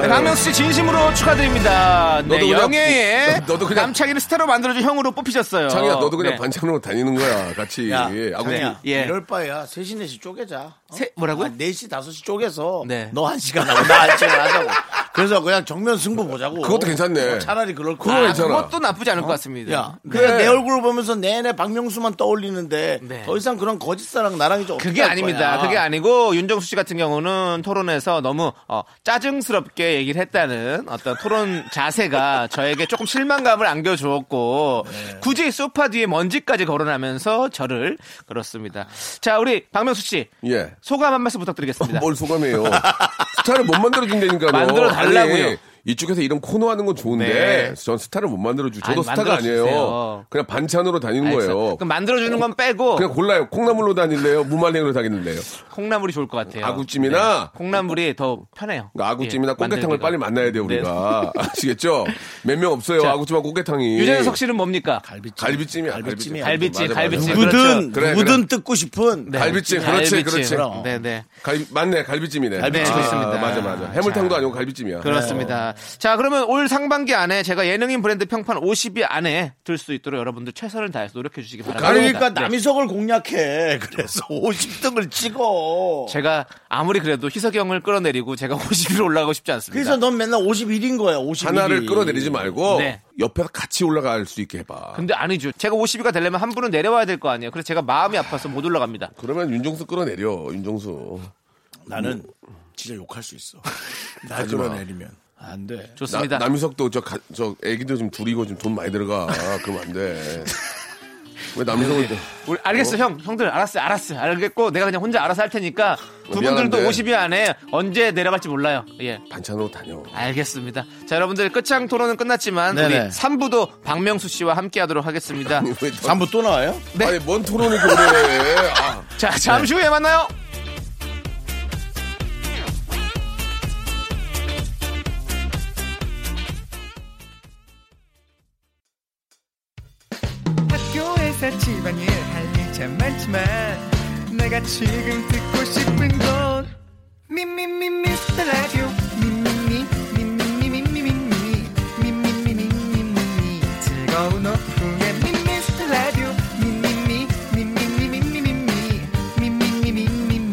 네, 박명수 씨 진심으로 축하드립니다. 네, 아. 너도 그냥- 영예에 너- 너도 그냥- 남창희를 스타로 만들어준 형으로 뽑히셨어요. 창이야, 너도 그냥 네. 반찬으로 다니는 거야, 같이. 야, 예, 아구- 장이야, 예. 이럴 바에야 3시, 4시 쪼개자. 어? 세- 뭐라고요? 아, 4시, 5시 쪼개서 네. 너 1시간 하고 나 1시간 하자고. 그래서 그냥 정면 승부 보자고. 그것도 괜찮네. 어, 차라리 그럴 거. 그거 야 괜찮아. 그것도 나쁘지 않을 것 같습니다. 야, 네. 그냥 내 얼굴을 보면서 내내 박명수만 떠올리는데 네. 더 이상 그런 거짓사랑 나랑이 좀 그게 없을 아닙니다. 거야. 그게 아니고 윤정수 씨 같은 경우는 토론에서 너무 어, 짜증스럽게 얘기를 했다는 어떤 토론 [LAUGHS] 자세가 저에게 조금 실망감을 안겨주었고 굳이 소파 뒤에 먼지까지 거론하면서 저를 그렇습니다. 자 우리 박명수 씨 예. 아, 소감 한 말씀 부탁드리겠습니다. [LAUGHS] 뭘 소감해요. 스타를 못 만들어준다니까요. 아, 만들어 달라고요. 아니, 이쪽에서 이런 코너 하는 건 좋은데 네. 전 스타를 못 만들어주. 아니, 저도 스타가 아니에요. 만들어주세요. 그냥 반찬으로 다니는 알겠어요. 거예요. 그럼 뭐. 만들어주는 건 빼고 그냥 골라요. 콩나물로 다닐래요? 무말랭이로 다닐래요? 콩나물이 좋을 것 같아요. 아구찜이나? 예. 네. 콩나물이 더 편해요. 그러니까 아구찜이나 예, 꽃게탕을 만들기가. 빨리 만나야 돼요, 우리가. [LAUGHS] 아시겠죠? 몇 명 없어요. 자, 아구찜하고 꽃게탕이. 유재석 씨는 뭡니까? 갈비찜이야. 갈비찜이야. 갈비찜, 맞아, 맞아. 갈비찜. 누구든 그래, 누구든 그래. 뜯고 싶은 그렇죠. 네. 갈비찜, 그렇지, 그렇지. 그럼. 네네. 갈비- 맞네, 갈비찜이네. 갈비찜 아, 있습니다. 맞아, 맞아. 해물탕도 자. 아니고 갈비찜이야. 그렇습니다. 자, 그러면 올 상반기 안에 제가 예능인 브랜드 평판 50위 안에 들 수 있도록 여러분들 최선을 다해서 노력해 주시기 바랍니다. 그러니까 네. 남이석을 공략해. 그래서 [LAUGHS] 50등을 찍어. 제가 아무리 그래도 희석이 형을 끌어내리고 제가 50위로 올라가고 싶지 않습니다. 그래서 넌 맨날 51인 거야. 51이. 하나를 끌어내리지 말고 네. 옆에 같이 올라갈 수 있게 해봐. 근데 아니죠. 제가 50위가 되려면 한 분은 내려와야 될 거 아니에요. 그래서 제가 마음이 아파서 못 올라갑니다. 그러면 윤정수 끌어내려, 윤정수. 나는 진짜 욕할 수 있어. [LAUGHS] 나 하지 마. 끌어내리면 안 돼. 좋습니다. 나, 남희석도 저, 가, 저 애기들 좀 둘이고 좀 돈 많이 들어가. 그러면 안 돼. 왜 남희석을. 우리 알겠어 형 형들 알았어 알았어 알겠고 내가 그냥 혼자 알아서 할 테니까 두 분들도 미안한데. 50위 안에 언제 내려갈지 몰라요 예 반찬으로 다녀. 알겠습니다 자 여러분들 끝장 토론은 끝났지만 네네. 우리 3부도 박명수 씨와 함께 하도록 하겠습니다 아니, [LAUGHS] 왜 저- 3부 또 나와요? 네. 아니, 뭔 토론을 그래. 아, 자 잠시 후에 만나요 학교에서 집안일 할 일 참 많지만 내가 지금 듣고 싶은 건 미미미 미스터 라디오 미미미 미미미 미미미 미미미 미미미 미미미 즐거운 오후에 미미스터 라디오 미미미 미미미 미미미 미미미 미미미 미미미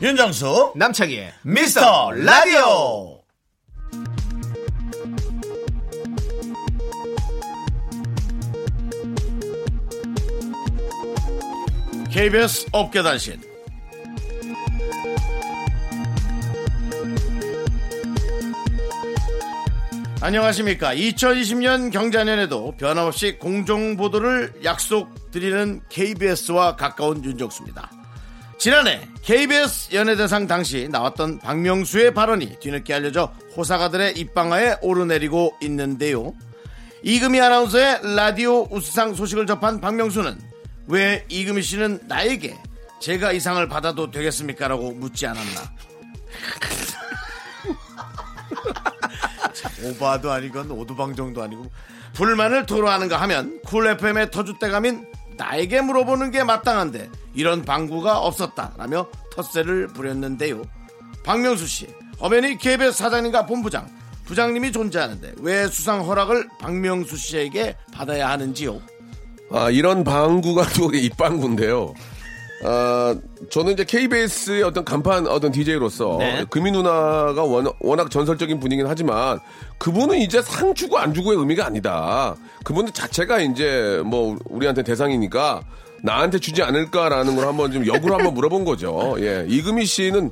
윤정수 남창희의 미스터 라디오. KBS 업계단신 안녕하십니까 2020년 경자년에도 변함없이 공정보도를 약속드리는 KBS와 가까운 윤정수입니다 지난해 KBS 연예대상 당시 나왔던 박명수의 발언이 뒤늦게 알려져 호사가들의 입방아에 오르내리고 있는데요. 이금희 아나운서의 라디오 우수상 소식을 접한 박명수는 왜 이금희 씨는 나에게 제가 이 상을 받아도 되겠습니까? 라고 묻지 않았나. 오바도 아니건 오두방정도 아니고 불만을 토로하는가 하면 쿨 FM의 터줏대감인 나에게 물어보는 게 마땅한데 이런 방구가 없었다라며 텃세를 부렸는데요. 박명수 씨, 엄연히 KBS 사장님과 본부장, 부장님이 존재하는데 왜 수상 허락을 박명수 씨에게 받아야 하는지요? 아, 이런 방구가 [LAUGHS] 또 입방구인데요. 아, 저는 이제 KBS의 어떤 간판 어떤 DJ로서 네. 금이 누나가 원- 워낙 전설적인 분이긴 하지만 그분은 이제 상 주고 안 주고의 의미가 아니다. 그분 자체가 이제 뭐 우리한테 대상이니까 나한테 주지 않을까라는 걸 한번 좀 역으로 한번 물어본 [LAUGHS] 거죠. 예. 이금희 씨는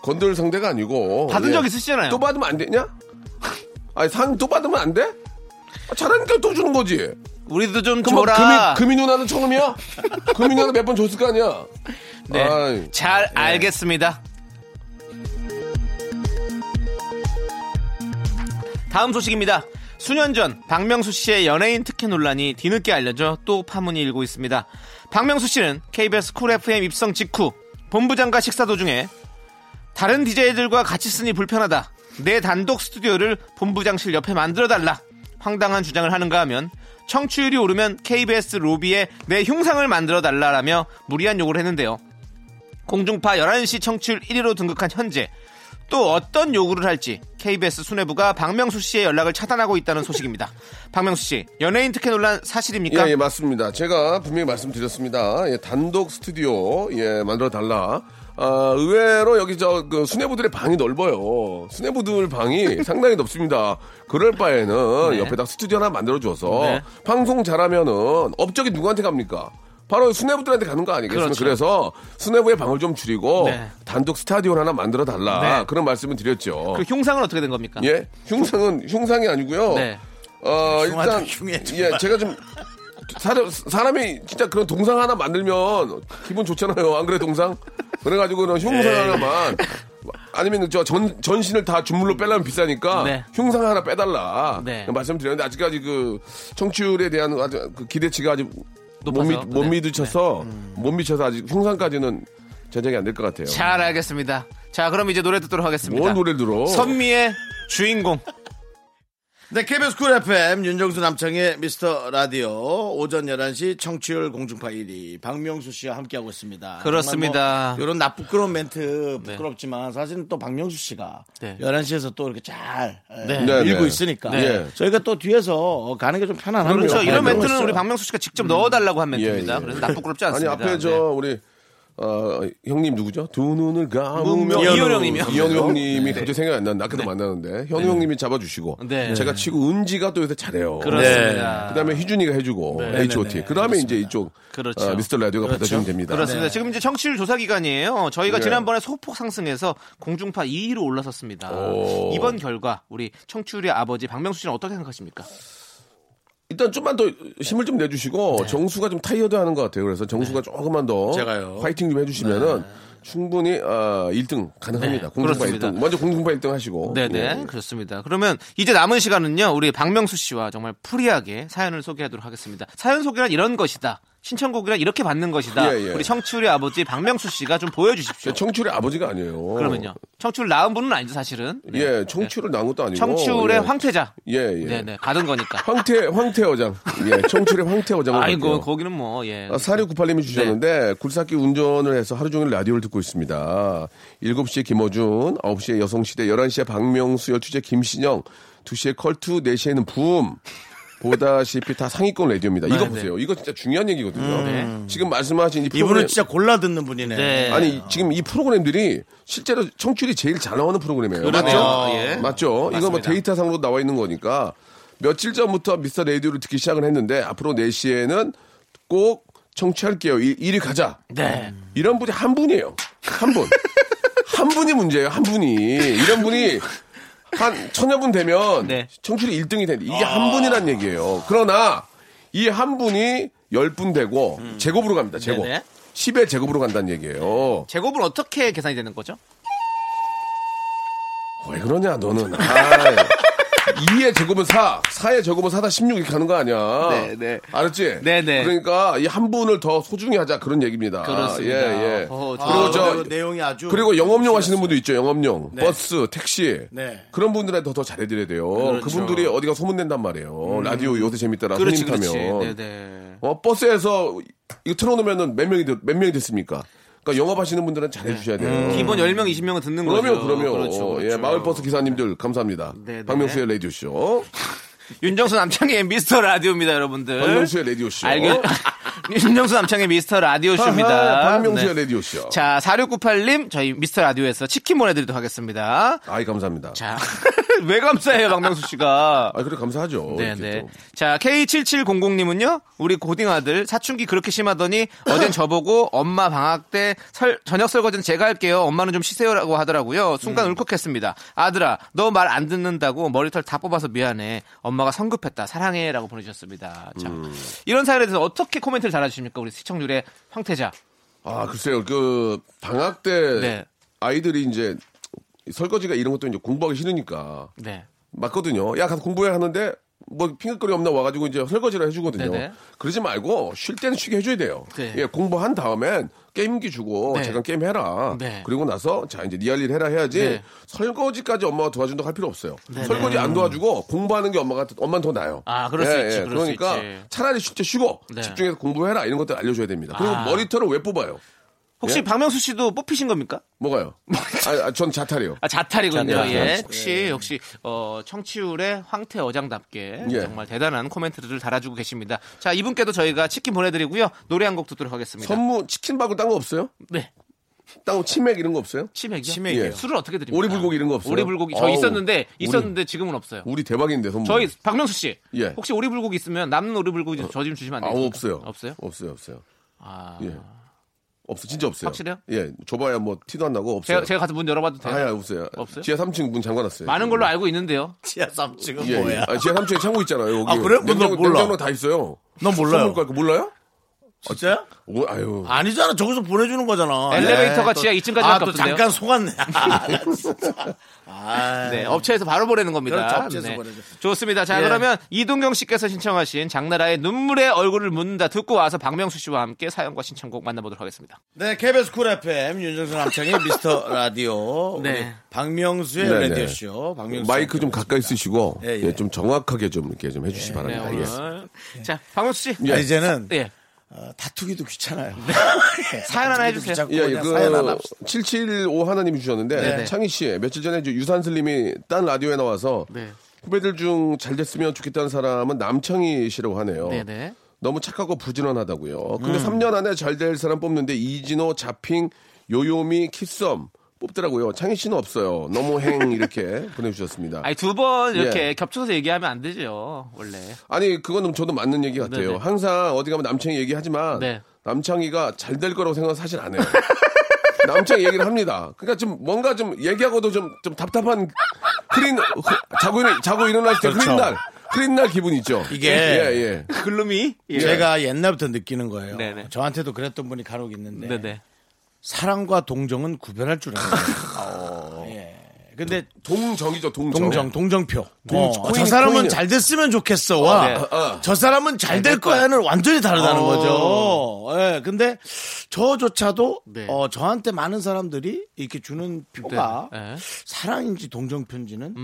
건들 상대가 아니고 네. 받은 예. 적 있으시잖아요 또 받으면 안 되냐? 아니 상 또 받으면 안 돼? 아, 잘하니까 또 주는 거지. 우리도 좀 그럼 줘라 금이, 금이 누나는 처음이야? 금이 누나는 몇 번 줬을 거 아니야? 네. 아이, 잘 알겠습니다. 다음 소식입니다. 수년 전 박명수 씨의 연예인 특혜 논란이 뒤늦게 알려져 또 파문이 일고 있습니다. 박명수 씨는 KBS 쿨 FM 입성 직후 본부장과 식사 도중에 다른 DJ들과 같이 쓰니 불편하다. 내 단독 스튜디오를 본부장실 옆에 만들어달라. 황당한 주장을 하는가 하면 청취율이 오르면 KBS 로비에 내 흉상을 만들어달라라며 무리한 요구를 했는데요. 공중파 11시 청취율 1위로 등극한 현재 또 어떤 요구를 할지 KBS 수뇌부가 박명수 씨의 연락을 차단하고 있다는 소식입니다. 박명수 씨 연예인 특혜 논란 사실입니까? 예, 예, 맞습니다. 제가 분명히 말씀드렸습니다. 예, 단독 스튜디오, 예, 만들어 달라. 아, 의외로 여기 저, 그, 수뇌부들의 방이 넓어요. 수뇌부들 [LAUGHS] 방이 상당히 넓습니다. 그럴 바에는 네. 옆에다 스튜디오 하나 만들어줘서 네. 방송 잘하면은 업적이 누구한테 갑니까? 바로 수뇌부들한테 가는 거 아니겠습니까? 그렇죠. 그래서 수뇌부의 방을 좀 줄이고 네. 단독 스타디오 하나 만들어 달라. 네. 그런 말씀을 드렸죠. 그 흉상은 어떻게 된 겁니까? 예, 흉상은 흉상이 아니고요. 네. 어 흉하다, 일단 흉해, 정말. 예, 제가 좀 사람, 사람이 진짜 그런 동상 하나 만들면 기분 좋잖아요. 안 그래 동상? 그래가지고 그런 예. 흉상 하나만 아니면 저 전 전신을 다 주물로 빼려면 비싸니까 네. 흉상 하나 빼달라 네. 말씀드렸는데 아직까지 그 청취율에 대한 아주 그 기대치가 아직 못, 높아서. 믿, 못 네. 미쳐서 못 미쳐서 아직 흉상까지는 제작이 안 될 것 같아요. 잘 알겠습니다. 자 그럼 이제 노래 듣도록 하겠습니다. 뭔 노래를 들어? 선미의 주인공. 네, KBS 쿨 FM 윤정수 남창의 미스터 라디오 오전 11시 청취율 공중파 1위 박명수 씨와 함께하고 있습니다. 그렇습니다. 이런 나 부끄러운 멘트 부끄럽지만 사실은 또 박명수 씨가 네. 11시에서 또 이렇게 잘 네. 네, 밀고 네. 있으니까 네. 저희가 또 뒤에서 가는 게 좀 편안합니다. 그렇죠. 이런 네, 멘트는 그랬어요. 우리 박명수 씨가 직접 넣어달라고 한 멘트입니다. 예, 예. 그래서 나쁘지 않습니다. 아니 앞에 저 네. 우리 어, 형님 누구죠? 두 눈을 감으며 문명- 이현우 형님이요. 네. 이현우 형님이 갑자기 생각이 안 나는데 아까도 만나는데 현우 형님이 잡아주시고 네. 제가 치고 은지가 또 요새 잘해요. 네. 그렇습니다. 네. 그다음에 희준이가 해주고 H.O.T. 그다음에 이제 이쪽 그렇죠. 어, 미스터 라디오가 받아주면 됩니다. 네. 네. 그렇습니다. 지금 이제 청취율 조사 기간이에요. 저희가 예. 지난번에 소폭 상승해서 공중파 2위로 올라섰습니다. 오. 이번 결과 우리 청취율의 아버지 박명수 씨는 어떻게 생각하십니까? 일단 좀만 더 힘을 좀 내주시고 네. 정수가 좀 타이어드하는 것 같아요. 그래서 정수가 조금만 더 제가요. 화이팅 좀 해주시면은. 충분히 아 1등 가능합니다. 네, 공중파 그렇습니다. 1등. 먼저 공중파 1등 하시고. 네네 예. 그렇습니다. 그러면 이제 남은 시간은요 우리 박명수 씨와 정말 프리하게 사연을 소개하도록 하겠습니다. 사연 소개란 이런 것이다. 신청곡이란 이렇게 받는 것이다. 예, 예. 우리 청취율의 아버지 박명수 씨가 좀 보여주십시오. 제 청취율의 아버지가 아니에요. 그러면요 청취율 낳은 분은 아니죠 사실은. 네. 예, 청취율을 낳은 것도 아니고. 청취율의 예. 황태자. 예, 예. 네네 받은 [LAUGHS] 거니까. 황태, 황태 어장. 예, 청출의 황태 어장을. 아이고 네. 거기는 뭐 예. 사료 구팔님이 주셨는데 굴삭기 운전을 해서 하루 종일 라디오를 듣고 있습니다. 7시에 김어준, 9시에 여성시대, 11시에 박명수, 12시에 김신영, 2시에 컬투, 4시에는 붐. 보다시피 다 상위권 라디오입니다. 네, 이거 보세요. 이거 진짜 중요한 얘기거든요. 음, 지금 말씀하신 이 프로그램 이분은 진짜 골라 듣는 분이네. 네. 아니 지금 이 프로그램들이 실제로 청취율이 제일 잘 나오는 프로그램이에요. 그러네요. 맞죠? 예. 맞죠? 이거 뭐 맞습니다. 데이터상으로 나와 있는 거니까 며칠 전부터 미스터 라디오를 듣기 시작을 했는데 앞으로 4시에는 꼭 청취할게요. 이, 1위 가자. 네. 이런 분이 한 분이에요. 한 분. 한 분이 문제예요. 한 분이. 이런 분이 한 천여 분 되면 네. 아. 청취율이 1등이 되는데 이게 한 분이란 얘기예요. 그러나 이 한 분이 10분 되고 제곱으로 갑니다. 제곱. 음. 네네. 10의 제곱으로 간다는 얘기예요. 제곱은 어떻게 계산이 되는 거죠? 왜 그러냐 너는 이의 제곱은 4, 4의 제곱은 4다 16 이렇게 가는 거 아니야. 네, 네. 알았지? 네, 네. 그러니까 이 한 분을 더 소중히 하자 그런 얘기입니다. 그렇습니다. 예, 예. 어, 아, 그리고 저 그리고 내용이 아주 그리고 네. 영업용 하시는 분도 있죠. 영업용. 버스, 택시. 네. 그런 분들한테 더 잘해드려야 돼요. 그렇죠. 음. 분들이 어디가 소문낸단 말이에요. 라디오 요새 재밌더라. 그렇지 손님 그렇지. 타면. 네네. 어, 버스에서 이거 틀어놓으면 몇 명이, 됐- 몇 명이 됐습니까? 그러니까 영업하시는 분들은 잘해주셔야 돼요. 네. 음, 기본 10명 20명은 듣는 그럼요, 거죠. 그럼요. 그렇죠, 예, 그렇죠. 마을버스 기사님들 감사합니다. 네, 네. 박명수의 라디오쇼. 윤정수 남창의 미스터 라디오입니다, 여러분들. 박명수의 라디오쇼. 알겠... [LAUGHS] 윤정수 남창의 미스터 라디오쇼입니다. 어? 하하, 박명수의 네. 라디오쇼. 자, 4698님, 저희 미스터 라디오에서 치킨 보내드리도록 하겠습니다. 아이, 감사합니다. 자, [LAUGHS] 왜 감사해요, 박명수 씨가. 아, 그래, 감사하죠. 이렇게 네네. 또. 자, K7700님은요, 우리 고딩 아들 사춘기 그렇게 심하더니 어젠 저보고 엄마 방학 때 설- 저녁 설거지는 제가 할게요. 엄마는 좀 쉬세요라고 하더라고요. 순간 음. 울컥했습니다. 아들아, 너 말 안 듣는다고 머리털 다 뽑아서 미안해. 엄마가 성급했다. 사랑해라고 보내주셨습니다. 자, 음. 이런 사연에 대해서 어떻게 코멘트를 달아주십니까, 우리 시청률의 황태자? 아, 글쎄요. 그, 방학 때 네. 아이들이 이제 설거지가 이런 것도 이제 공부하기 싫으니까 네. 맞거든요. 야, 가서 공부해 하는데 뭐 핑계거리 없나 와가지고 이제 설거지를 해주거든요. 네네. 그러지 말고 쉴 때는 쉬게 해줘야 돼요. 네. 예, 공부한 다음엔 게임기 주고 네. 잠깐 게임 해라. 네. 그리고 나서 자 이제 니 할 일 해라 해야지 네. 설거지까지 엄마가 도와준다고 할 필요 없어요. 네네. 음. 설거지 안 도와주고 공부하는 게 엄마가 엄만 더 나요. 아, 그럴 수 있지, 그럴 러니까 수 있지. 차라리 쉴 때 쉬고 네. 집중해서 공부해라 이런 것들 알려줘야 됩니다. 그리고 아. 머리털을 왜 뽑아요? 혹시 예? 박명수 씨도 뽑히신 겁니까? 뭐가요? 아, 아, 전 자탈이요. 아 자탈이군요. 자탈. 예. 예. 혹시 혹시 어, 청취율의 황태 어장답게 예. 정말 대단한 코멘트들을 달아주고 계십니다. 자 이분께도 저희가 치킨 보내드리고요 노래 한 곡 듣도록 하겠습니다. 선무 치킨 말고 딴 거 없어요? 네. 딴 거 치맥 이런 거 없어요? 치맥이요? 치맥이요. 예. 술을 어떻게 드립니까? 오리불고기 이런 거 없어요? 오리불고기 저 어우, 있었는데 우리- 있었는데 지금은 없어요. 우리 대박인데 선물. 저희 박명수 씨 예. 혹시 오리불고기 있으면 남는 오리불고기 저 좀 주시면 아 안 돼요? 없어요. 없어요? 없어요. 없어요. 아 예. 없어 진짜 없어요. 확실해요? 예. 줘봐야 뭐 티도 안 나고 없어요. 제가 제가 가서 문 열어봐도 돼요? 아야 예. 없어요. 없어요? 지하 3층 문 잠궈놨어요. 많은 걸로 알고 있는데요. 지하 3층은 예, 예. 뭐야? 아, 지하 3층에 창고 있잖아요. 여기. 아, 그래요? 뭐, 나 냉장고, 몰라. 냉장고 다 있어요. 넌 몰라요. 선물 갈거 몰라요? 진짜야? 오, 아유. 아니잖아. 저기서 보내주는 거잖아. 엘리베이터가 예, 네. 또- 지하 2층까지밖에 아, 또 없던데요? 잠깐 속았네. 아, 나 진짜. 아, 네, 업체에서 바로 보내는 그렇죠, 겁니다. 업체에서 네. 보내죠. 좋습니다. 자, 예. 그러면 이동경 씨께서 신청하신 장나라의 눈물의 얼굴을 묻는다 듣고 와서 박명수 씨와 함께 사연과 신청곡 만나보도록 하겠습니다. 네, KBS 쿨 FM 윤정수 남창의 미스터 라디오 네. 우리 박명수의 네, 네. 라디오 쇼. 박명수 마이크 좀 함께 가까이 쓰시고 예, 예. 예, 좀 정확하게 좀 이렇게 좀 해주시 네, 기 바랍니다. 오늘. 예. 자, 박명수 씨. 아, 이제는 예. 어, 다투기도 귀찮아요. 네. [LAUGHS] 사연 하나 해주세요. 예, 예, 예, 그 사연 하나 합시다. 775 하나님이 주셨는데 네네. 창희 씨 며칠 전에 이제 유산 슬림이 딴 라디오에 나와서 네. 후배들 중 잘 됐으면 좋겠다는 사람은 남창희 씨라고 하네요. 네, 네. 너무 착하고 부지런하다고요. 음. 근데 3년 안에 잘 될 사람 뽑는데 이진호, 자핑, 요요미, 키썸 뽑더라고요. 창희 씨는 없어요. 너무 행 이렇게 [LAUGHS] 보내주셨습니다. 아니, 두 번 이렇게 예. 겹쳐서 얘기하면 안 되죠, 원래. 아니 그건 저도 맞는 얘기 같아요. 네네. 항상 어디 가면 남창희 얘기하지만 네. 남창희가 잘 될 거라고 생각 은 사실 안 해요. [LAUGHS] 남창희 얘기를 합니다. 그러니까 좀 뭔가 좀 얘기하고도 좀, 좀 답답한 흐린 흐- 자고 일어 자고 일어날 때 흐린 그렇죠. 날 흐린 날 기분 있죠. 이게 예, 예. 글루미? 예. 제가 옛날부터 느끼는 거예요. 네네. 저한테도 그랬던 분이 간혹 있는데 네, 네. 사랑과 동정은 구별할 줄 알아요. 예. 근데 동정이죠 동정. 동정, 동정표. 동- 어, 코인, 저 사람은 코인은. 잘 됐으면 좋겠어. 와, 네. 어. 저 사람은 잘 어. 될 거야는 완전히 다르다는 거죠. 예, 근데 저조차도 네. 어, 저한테 많은 사람들이 이렇게 주는 표가 네. 사랑인지 동정표인지는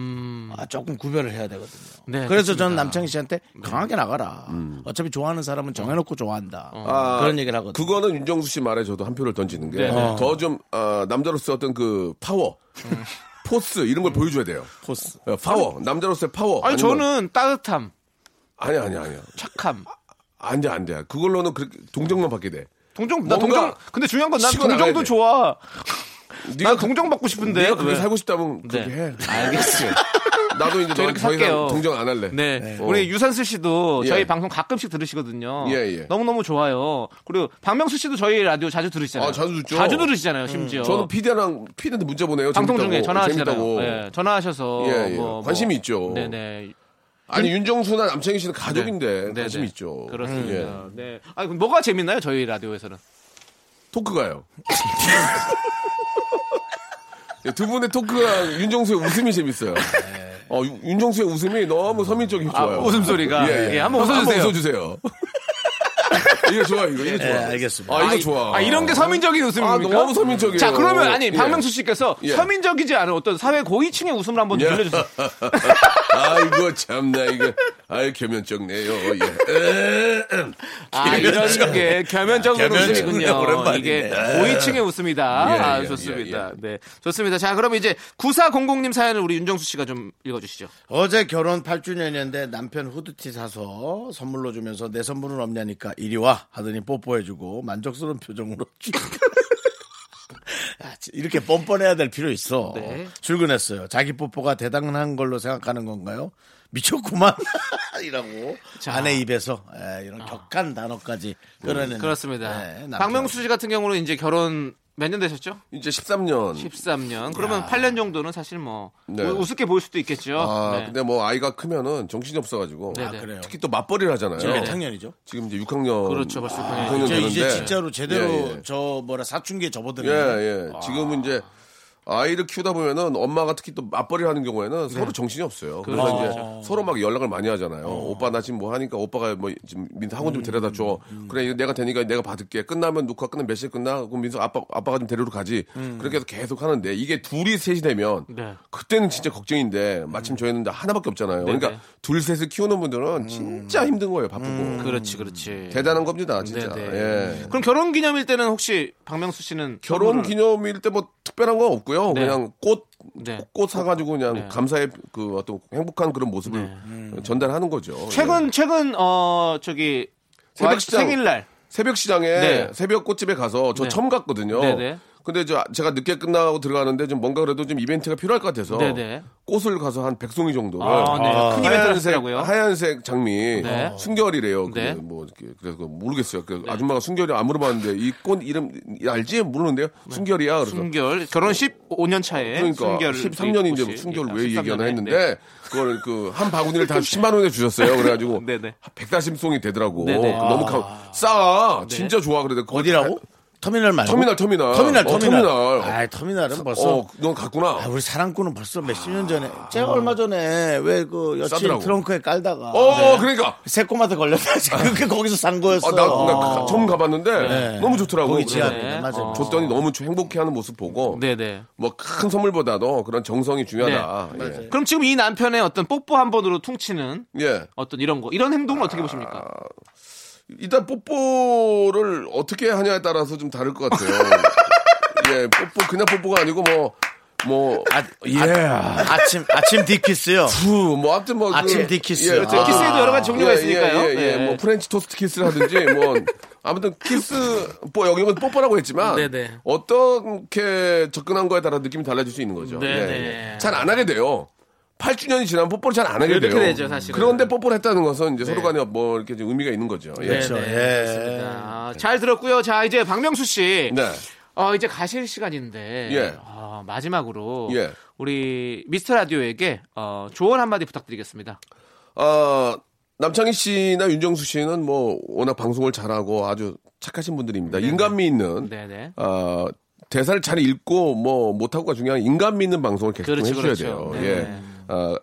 아, 조금 구별을 해야 되거든요. 네, 그래서 그렇습니다. 저는 남창희 씨한테 강하게 나가라. 어차피 좋아하는 사람은 정해놓고 좋아한다. 아, 그런 얘기를 하거든요. 그거는 윤정수 씨 말에 저도 한 표를 던지는 게 네네. 음. 더 좀 아, 남자로서 어떤 그 파워, 포스 이런 걸 보여줘야 돼요. 포스. 예, 파워 남자로서의 파워. 아니, 아니면- 저는 따뜻함, 아니 아니 아니야. 착함. 안 돼, 안 돼. 그걸로는 그렇게 동정만 받게 돼. 동정, 나 뭔가 동정, 근데 중요한 건 난 치고 나가야 동정도 돼. 좋아. 네가 그- 난 동정 받고 싶은데. 네가 그렇게 왜? 살고 싶다면 그렇게 네. 해. [LAUGHS] 알겠어요. [LAUGHS] 나도 이제 저 너, 이렇게 더 살게요. 이상 동정 안 할래. 네. 어. 우리 유산슬 씨도 저희 예. 방송 가끔씩 들으시거든요. 예, 예. 너무너무 좋아요. 그리고 박명수 씨도 저희 라디오 자주 들으시잖아요. 아, 자주 듣죠. 음, 들으시잖아요, 심지어. 저는 피디랑 피디한테 문자 보내요. 방송 재밌다고, 중에 재밌다고. 전화하시잖아요. 예, 전화하셔서 예, 예. 뭐, 뭐. 관심이 있죠. 네네. 아니 윤정수나 남창희 씨는 가족인데 네네. 관심 있죠. 예. 그렇습니다. 네. 아, 그럼 뭐가 재밌나요, 저희 라디오에서는? 토크가요. [LAUGHS] 예, 두 분의 토크가 윤정수의 웃음이 재밌어요. 어, 유- 윤정수의 웃음이 너무 서민적이 좋아요. 네. 웃음소리가. 예, 한번 웃어주세요. [LAUGHS] 이거 좋아, 이거, 이거 좋아. 예, 알겠습니다. 아, 이거 이- 좋아. 아, 이런 게 서민적인 아, 웃음입니까? 너무 서민적이에요. 자, 그러면 아니, 예. 박명수 씨께서 예. 서민적이지 않은 어떤 사회 고위층의 웃음을 한번 예. 들려주세요. 아이고 참나 이거 아이 겸연쩍네요. 예. 아, 이런 게 겸연적으로 겸연적이네, 웃음이군요. 오랜만이네. 이게 고위층의 웃음이다. 예, 아, 예, 좋습니다. 예, 예. 네. 좋습니다. 자, 그럼 이제 9400님 사연을 우리 윤정수 씨가 좀 읽어주시죠. 어제 결혼 8주년이었는데 남편 후드티 사서 선물로 주면서 내 선물은 없냐니까 이리 와 하더니 뽀뽀해주고 만족스러운 표정으로 [LAUGHS] 쭉. 아, 지- 이렇게 뻔뻔해야 될 필요 있어. 네. 출근했어요. 자기 뽀뽀가 대단한 걸로 생각하는 건가요? 미쳤구만. [LAUGHS] 이라고 자. 음, 아내 입에서 예, 이런 격한 단어까지 끌어내는. 그렇습니다. 예, 남편. 박명수 씨 같은 경우는 이제 결혼 몇 년 되셨죠? 이제 13년. 13년. 그러면 8년 정도는 사실 뭐 네. 우- 우습게 보일 수도 있겠죠. 아 네. 근데 뭐 아이가 크면은 정신이 없어가지고 네, 네. 아, 그래요. 특히 또 맞벌이를 하잖아요. 지금 몇 학년이죠? 지금 이제 6학년. 그렇죠, 벌써 육학년. 육학년 이제, 이제 되는데. 진짜로 제대로 예, 예. 저 뭐라 사춘기에 예, 아. 접어드는. 예. 지금은 이제 아이를 키우다 보면은 엄마가 특히 또 맞벌이를 하는 경우에는 서로 정신이 없어요. 그래서 그렇죠. 이제 서로 막 연락을 많이 하잖아요. 어. 오빠 나 지금 뭐 하니까 오빠가 뭐 지금 민수 학원 좀 음, 데려다 줘. 그래 이거 내가 되니까 내가 받을게. 끝나면 녹화 끝나면 몇 시에 끝나? 그럼 민수 아빠 아빠가 좀 데리러 가지. 그렇게 해서 계속 하는데 이게 둘이 셋이 되면 음. 네. 음. 그때는 진짜 걱정인데 마침 저희는 이제 하나밖에 없잖아요. 그러니까 둘 셋을 키우는 분들은 진짜 힘든 거예요. 바쁘고 음. 그렇지, 그렇지. 대단한 겁니다. 진짜. 네, 예. 그럼 결혼 기념일 때는 혹시 박명수 씨는 결혼 선물을- 기념일 때 뭐 특별한 건 없고요. 네. 그냥 꽃, 네. 꽃 사가지고 그냥 네. 감사의 그 어떤 행복한 그런 모습을 네. 전달하는 거죠. 최근 예. 최근 어 저기 새벽 와- 시장. 아, 생일날 새벽 시장에 네. 새벽 꽃집에 가서 저 네. 처음 갔거든요. 네네. 근데 저 제가 늦게 끝나고 들어가는데 좀 뭔가 그래도 좀 이벤트가 필요할 것 같아서 네네. 꽃을 가서 한 100송이 정도를 아, 네. 큰 이벤트를 하얀색 하시더라고요. 하얀색 장미 네. 순결이래요. 그 네. 뭐 이렇게 그래서 그거 모르겠어요. 그 아줌마가 순결이 안 물어봤는데 이 꽃 이름 알지 모르는데요. 순결이야. 그래서 네. 순결 결혼 15년 차에 예, 그러니까 순결 아, 13년인데 뭐 순결 왜 네. 얘기하나 했는데 그걸 그 한 [LAUGHS] 바구니를 다 10만 원에 주셨어요. 그래가지고 네네. 140송이 되더라고. 그 네네. 아. 네. 너무 가, 싸. 진짜 좋아. 그래 어디라고? 터미널 말고. 터미널, 터미널. 터미널, 어, 터미널. 터미널. 아, 터미널은 벌써. 어, 넌 갔구나. 아, 우리 사랑꾼은 벌써 몇십 년 전에. 제가 얼마 전에 왜 그 여친 싸더라고. 트렁크에 깔다가. 네. 어, 네. 그러니까. 새콤한테 걸렸다. [LAUGHS] 그게 거기서 산 거였어. 아, 나, 나 가- 처음 가봤는데 네. 너무 좋더라고. 거기 그래서 지하에. 네, 맞아요. 어. 줬더니 너무 행복해하는 모습 보고 네네. 뭐 큰 선물보다도 그런 정성이 중요하다. 네, 예. 그럼 지금 이 남편의 어떤 뽀뽀 한 번으로 퉁치는 예. 어떤 이런 거 이런 행동을 어떻게 보십니까? 일단 뽀뽀를 어떻게 하냐에 따라서 좀 다를 [LAUGHS] 것 같아요. 예, 뽀뽀 그냥 뽀뽀가 아니고 뭐, 뭐뭐 아, 아, 침 아침 디키스요. 부, 뭐 아무튼 뭐 아침 디키스. 예, 그렇죠. 어떤- 키스에도 여러 가지 종류가 예, 있으니까요. 예, 예, 예. 네. 뭐 프렌치 토스트 키스를 하든지 뭐 아무튼 키스 뽀 여기는 뽀뽀라고 했지만 네네. 어떻게 접근한 거에 따라 느낌이 달라질 수 있는 거죠. 네네. 잘 안 하게 돼요. 8주년이 지나면 뽀뽀를 잘 안 하게 그렇게 돼요. 되죠, 사실은. 그런데 뽀뽀를 했다는 것은 네. 이제 서로 간에 뭐 이렇게 좀 의미가 있는 거죠. 예. 그렇죠. 네, 예. 아, 잘 들었고요. 자 이제 박명수 씨. 네. 어, 이제 가실 시간인데 예. 어, 마지막으로 예. 우리 미스터 라디오에게 어, 조언 한마디 부탁드리겠습니다. 아, 남창희 씨나 윤정수 씨는 뭐 워낙 방송을 잘하고 아주 착하신 분들입니다. 인간미 있는 네, 네네. 아, 대사를 잘 읽고 뭐 못하고가 중요한 인간미 있는 방송을 계속 좀 그렇죠, 해주셔야 그렇죠. 돼요. 네. 예. 아,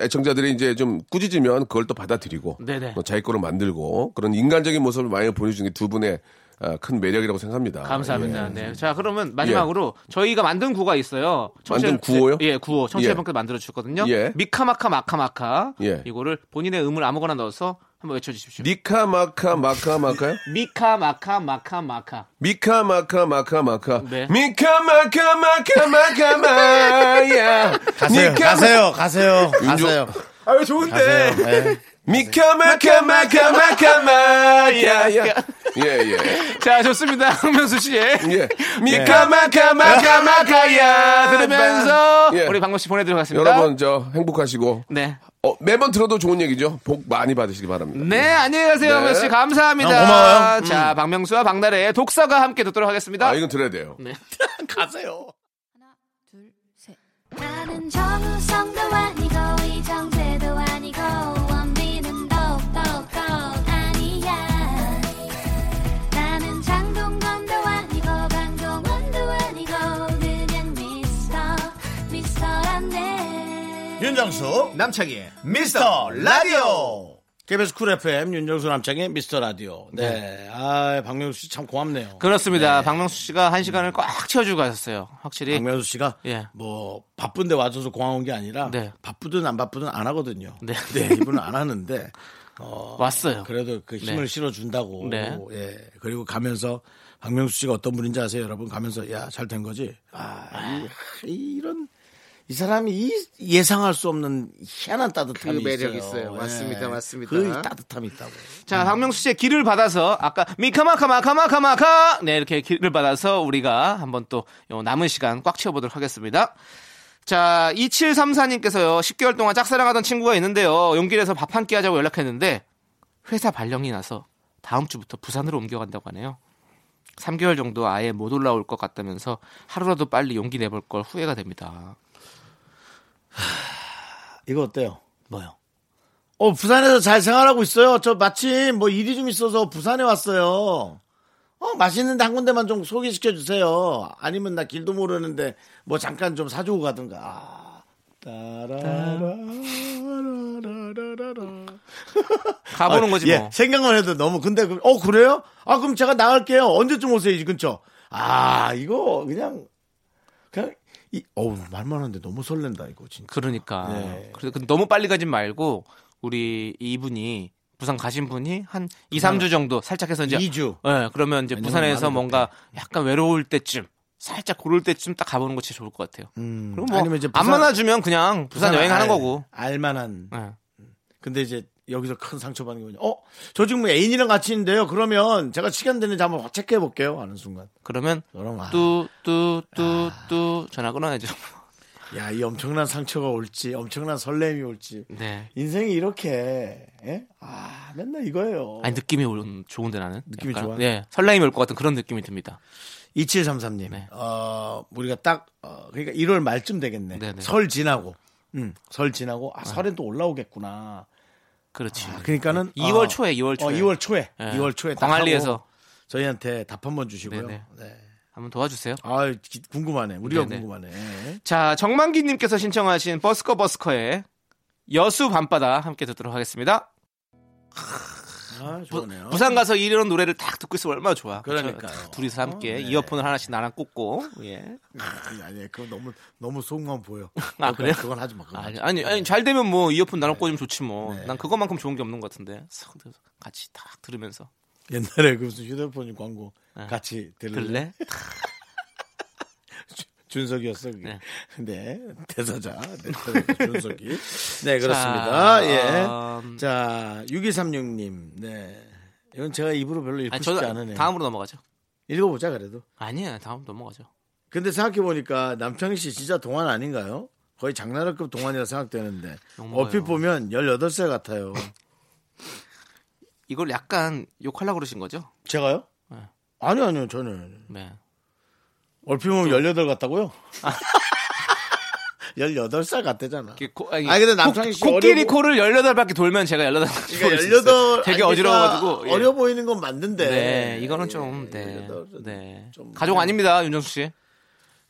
애청자들이 이제 좀 꾸짖으면 그걸 또 받아들이고 네네. 뭐 자기 거로 만들고 그런 인간적인 모습을 많이 보여주는 게 두 분의 아, 큰 매력이라고 생각합니다. 감사합니다. 예. 네. 자, 그러면 마지막으로 저희가 만든 구가 있어요. 만든 구호요? 예, 구호. 예. 청취자분께서 만들어 주셨거든요. 예. 미카마카 마카마카. 예. 이거를 본인의 음을 아무거나 넣어서 한번 외쳐 주십시오. 미카 마카 마카 마카요? 미카마카 마카마카. 미카 마카 마카 마카 네. 미카 마카 마카 마카 마야 가세요, 미카 가세요, 가세요, 가세요. 아유, 네. 가세요. 예. 미카 마카 마카 마카 마야야 예예 자, [LAUGHS] 좋습니다. 황명수 씨의 예 미카 마카 마카 마카야 들으면서 아, 예. 우리 박모 씨 보내 드리겠습니다. 여러분 저 행복하시고 네. 어, 매번 들어도 좋은 얘기죠 복 많이 받으시기 바랍니다 네, 안녕히 가세요, 네. 박명수 씨. 감사합니다. 아, 고마워요. 음. 자, 박명수와 박나래의 독서가 함께 듣도록 하겠습니다. 아 이건 들어야 돼요 네. 가세요. 나는 정우성도 아니고 이정재도 아니고 원빈은 더욱더 아니야 나는 장동건도 아니고 강동원도 아니고 그냥 미스터 미스터란데 윤정수 남창희 미스터 라디오 KBS 쿨 FM 윤정수 남창희 미스터 라디오 네. 네아 박명수 씨 참 고맙네요 그렇습니다. 박명수 씨가 한 시간을 꽉 채워주고 가셨어요. 확실히. 박명수 씨가 예. 뭐 바쁜데 와줘서 고마운 게 아니라 네. 바쁘든 안 바쁘든 안 하거든요 네. 네, 이분은 안 하는데 왔어요. 그래도 그 힘을 네. 실어준다고 네. 예 그리고 가면서 박명수 씨가 어떤 분인지 아세요 여러분 가면서 야 잘 된 거지 아 이, 런이 사람이 이 예상할 수 없는 희한한 따뜻함이 그 매력이 있어요. 예. 맞습니다, 맞습니다. 그 따뜻함이 있다고. 자, 박명수 씨의 길을 받아서 아까 미카마카마카마카마카 네 이렇게 길을 받아서 우리가 한번 또요 남은 시간 꽉 채워보도록 하겠습니다. 자, 2734님께서요 10개월 동안 짝사랑하던 친구가 있는데요 용기 내서 밥 한 끼 하자고 연락했는데 회사 발령이 나서 다음 주부터 부산으로 옮겨간다고 하네요. 3개월 정도 아예 못 올라올 것 같다면서 하루라도 빨리 용기 내볼 걸 후회가 됩니다. 이거 어때요? 뭐요? 어, 부산에서 잘 생활하고 있어요. 저 마침 뭐 일이 좀 있어서 부산에 왔어요. 어, 맛있는 데 한 군데만 좀 소개시켜 주세요. 아니면 나 길도 모르는데 뭐 잠깐 좀 사주고 가든가. 아, 따라라라라라라. [LAUGHS] 가보는 아, 거지 예, 뭐. 생각만 해도 너무 근데 그- 어 그래요? 아 그럼 제가 나갈게요. 언제쯤 오세요 이 근처? 아 이거 그냥 그냥 이 어우 말만 하는데 너무 설렌다 이거 진짜. 그러니까. 네. 그래 근데 너무 빨리 가진 말고 우리 이분이 부산 가신 분이 한 2, 3주 정도 살짝 해서 이제 이 주. 예, 그러면 이제 아니면 부산에서 나는 뭔가 약간 외로울 때쯤 살짝 고를 때쯤 딱 가보는 것이 좋을 것 같아요. 음, 그리고 뭐 아니면 이제 안 부산- 아, 예. 만나주면 그냥 부산, 여행하는 알- 거고. 알만한. 예. 근데 이제 여기서 큰 상처받는 거죠. 어, 저 지금 애인이랑 같이 있는데요. 그러면 제가 시간 되는지 한번 확 체크해 볼게요. 하는 순간. 그러면 그럼 아, 뚜뚜뚜뚜 전화 끊어야죠. 야, 이 엄청난 상처가 올지, 엄청난 설렘이 올지. 네. 인생이 이렇게, 예? 아, 맨날 이거예요. [LAUGHS] 아니 느낌이 올- 좋은데 나는 느낌이 좋아? 네 설레임이 올 것 같은 그런 느낌이 듭니다. 2733님. 네. 어, 우리가 딱, 어, 그러니까 1월 말쯤 되겠네. 네네. 설 지나고. 음, 설 지나고. 아, 설엔 또 올라오겠구나. 그렇지. 아, 그러니까는. 이- 이월 어, 초에, 이월 어, 초에. 2월 초에. 예. 이월 초에. 딱 하고 광안리에서 저희한테 답 한번 주시고요. 네네. 네. 한번 도와주세요. 아, 기- 궁금하네. 우리가 네네. 궁금하네. 자 정만기님께서 신청하신 버스커 버스커의 여수 밤바다 함께 듣도록 하겠습니다. 아, 부, 좋네요. 부산 가서 이런 노래를 딱 듣고 있으면 얼마나 좋아. 그러니까요. 저- 다 둘이서 함께 어, 네. 이어폰을 하나씩 나랑 꽂고. 예. 아니, 아니, 그건 너무 너무 속만 보여. [LAUGHS] 아, 그래요? 그건 하지 마. 그건 아니, 하지 마. 아니 아니 잘 되면 뭐 이어폰 나랑 꽂으면 좋지 뭐. 네. 난 그것만큼 좋은 게 없는 것 같은데. 싹 들어서 같이 딱 들으면서 옛날에 그 무슨 휴대폰 광고 네. 같이 들을래? 들래? 준석이었어 그게. [LAUGHS] 네. 네. 대사자. 네, 대사자 준석이. 네, 그렇습니다. 자, 예. 음. 자, 6236님. 네. 이건 제가 입으로 별로 읽고 아니, 싶지 저는 않으네요. 다음으로 넘어가죠. 읽어보자 그래도. 아니야 다음 넘어가죠. 근데 생각해보니까 남창희 씨 진짜 동안 아닌가요? 거의 장나라급 동안이라 생각되는데 욕먹어요. 얼핏 보면 18살 [LAUGHS] 같아요. 이걸 약간 욕하려고 그러신 거죠? 제가요? 네. 아니요, 아니요, 저는. 네. 얼핏 보면 18 같다고요? 아. [LAUGHS] 18살 같대잖아. 이게 코, 아니, 아니, 근데 남창희 씨 코, 끼리 어려워- 코를 18바퀴 돌면 제가 [LAUGHS] 18바퀴 그러니까 돌수 있어요. 18 되게 아니니까 그러니까 어지러워가지고. 예. 어려 보이는 건 맞는데. 네, 이거는 좀, 예, 네. 18. 네. 좀- 가족 아닙니다, 윤정수 씨.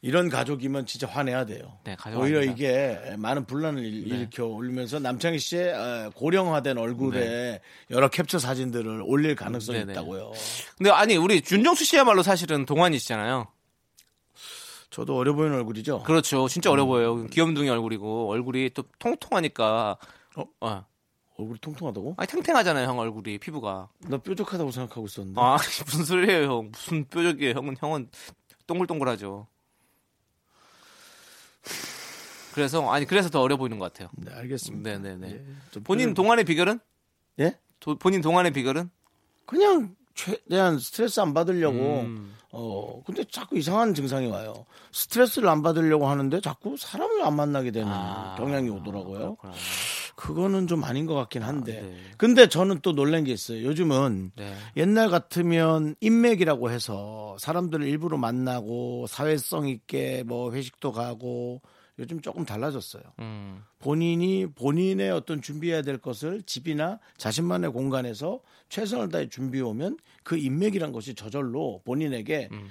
이런 가족이면 진짜 화내야 돼요. 네, 가족 오히려 아닙니다. 네. 이게 많은 분란을 일- 일으켜 올리면서 남창희 씨의 어, 고령화된 얼굴에 여러 캡처 사진들을 올릴 가능성이 네, 네. 있다고요. 근데 아니, 우리 윤정수 씨야말로 사실은 동안이시잖아요. 저도 어려 보이는 얼굴이죠. 그렇죠. 진짜 어려 보여요. 귀염둥이 얼굴이고, 얼굴이 또 통통하니까. 어? 어? 얼굴이 통통하다고? 아니, 탱탱하잖아요, 형 얼굴이, 피부가. 나 뾰족하다고 생각하고 있었는데. 아, [LAUGHS] 무슨 소리예요, 형. 무슨 뾰족이에요, 형은. 형은 동글동글하죠. 그래서, 아니, 그래서 더 어려 보이는 것 같아요. 네, 알겠습니다. 예. 네네네. 좀 본인 뾰족- 동안의 비결은? 음. 예? 도- 본인 동안의 비결은? 그냥 최대한 스트레스 안 받으려고 음. 어 근데 자꾸 이상한 증상이 와요 스트레스를 안 받으려고 하는데 자꾸 사람을 안 만나게 되는 아, 경향이 오더라고요 그렇구나. 그거는좀 아닌 것 같긴 한데 아, 네. 근데 저는 또 놀란 게 있어요 요즘은 네. 옛날 같으면 인맥이라고 해서 사람들을 일부러 만나고 사회성 있게 뭐 회식도 가고 요즘 조금 달라졌어요 음. 본인이 본인의 어떤 준비해야 될 것을 집이나 자신만의 공간에서 최선을 다해 준비해 오면 그 인맥이란 것이 저절로 본인에게 에, 음.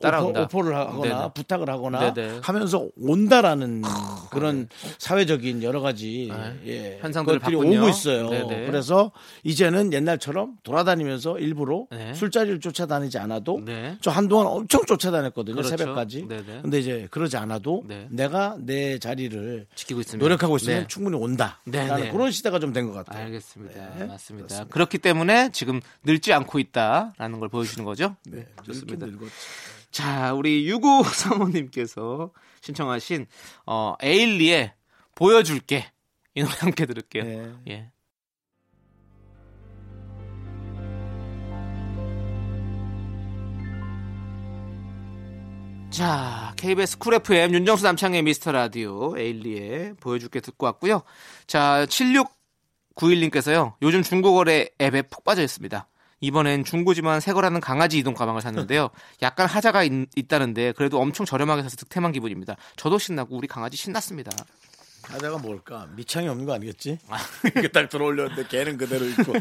따라온다. 오퍼, 를 하거나 네네. 부탁을 하거나 네네. 하면서 온다라는 그런 사회적인 여러 가지 네. 예, 현상들을 것들이 봤군요. 오고 있어요. 네네. 그래서 이제는 옛날처럼 돌아다니면서 일부러 네. 술자리를 쫓아다니지 않아도 네. 저 한동안 엄청 쫓아다녔거든요 그렇죠. 새벽까지. 네네. 근데 이제 그러지 않아도 네. 내가 내 자리를 지키고 있습니다. 노력하고 있으면 네. 충분히 온다. 네, 라는 네. 그런 시대가 좀 된 것 같아요. 알겠습니다. 네, 맞습니다. 그렇습니다. 그렇기 때문에 지금 늙지 않고 있다라는 걸 보여주는 거죠? 네. 좋습니다. 자, 우리 유구 [LAUGHS] 사모님께서 신청하신 어, 에일리의 보여줄게 이 노래 함께 들을게요. 네. 예. 자, KBS 쿨 FM 윤정수 남창의 미스터 라디오 에일리의 보여줄게 듣고 왔고요. 자, 7691님께서요. 요즘 중고거래 앱에 푹 빠져 있습니다. 이번엔 중고지만 새거라는 강아지 이동 가방을 샀는데요. 약간 하자가 있, 있다는데 그래도 엄청 저렴하게 사서 득템한 기분입니다. 저도 신나고 우리 강아지 신났습니다. 아. [LAUGHS] [LAUGHS] 하자가 뭘까? 밑창이 없는 거 아니겠지? 이렇게 딱 들어올렸는데 걔는 그대로 있고.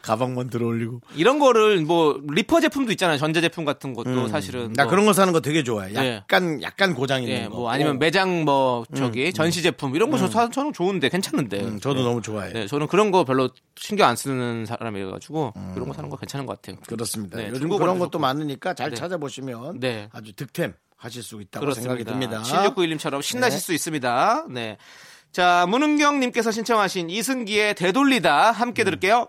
가방만 들어올리고. 이런 거를 뭐 리퍼 제품도 있잖아요. 전자 제품 같은 것도 사실은 음. 나 뭐, 그런 거 사는 거 되게 좋아해. 예. 약간 약간 고장 있는 예, 거. 뭐 아니면 어. 매장 뭐 저기 전시 제품 이런 거 저, 사- 저는 좋은데 괜찮은데. 음, 저도 너무 좋아해. 네, 저는 그런 거 별로 신경 안 쓰는 사람이어 가지고 음. 이런 거 사는 거 괜찮은 것 같아요. 그렇습니다. 네, 요즘 중국어로 그런 것도 좋고. 많으니까 잘 네. 찾아보시면 네. 아주 득템 하실 수 있다고 그렇습니다. 생각이 듭니다. 7691님처럼 신나실 네. 수 있습니다. 네. 자, 문은경님께서 신청하신 이승기의 되돌리다 음. 함께 들을게요.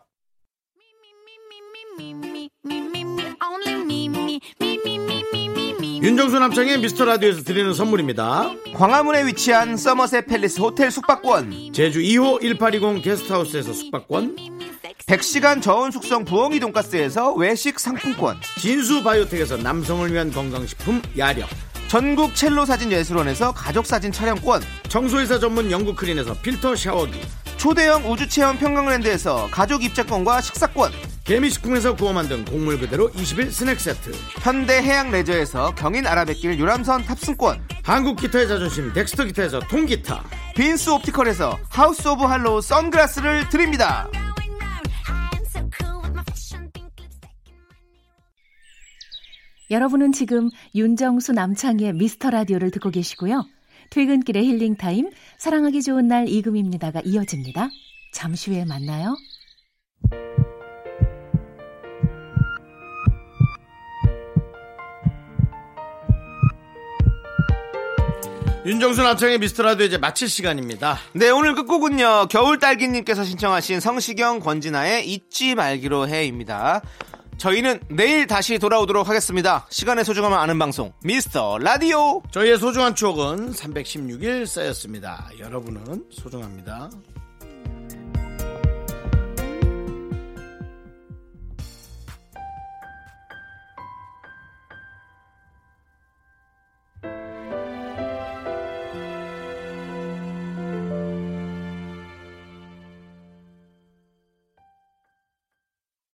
윤정수 남창의 미스터 라디오에서 드리는 선물입니다. 광화문에 위치한 서머셋 팰리스 호텔 숙박권, 제주 2호 1820 게스트하우스에서 숙박권, 100시간 저온 숙성 부엉이 돈가스에서 외식 상품권, 진수 바이오텍에서 남성을 위한 건강식품 야력, 전국 첼로 사진 예술원에서 가족 사진 촬영권, 청소회사 전문 영국 크린에서 필터 샤워기, 초대형 우주 체험 평강랜드에서 가족 입장권과 식사권, 개미식품에서 구워 만든 곡물 그대로 21 스낵 세트, 현대 해양 레저에서 경인 아라뱃길 유람선 탑승권, 한국 기타의 자존심 덱스터 기타에서 통기타, 빈스 옵티컬에서 하우스 오브 할로우 선글라스를 드립니다. 여러분은 지금 윤정수 남창희의 미스터 라디오를 듣고 계시고요. 퇴근길의 힐링 타임, 사랑하기 좋은 날 이금입니다가 이어집니다. 잠시 후에 만나요. 윤정수 남창의 미스터 라디오 이제 마칠 시간입니다. 네, 오늘 끝곡은요. 겨울딸기님께서 신청하신 성시경 권진아의 잊지 말기로 해입니다. 저희는 내일 다시 돌아오도록 하겠습니다. 시간의 소중함을 아는 방송, 미스터 어, 라디오! 저희의 소중한 추억은 316일 쌓였습니다. 여러분은 소중합니다.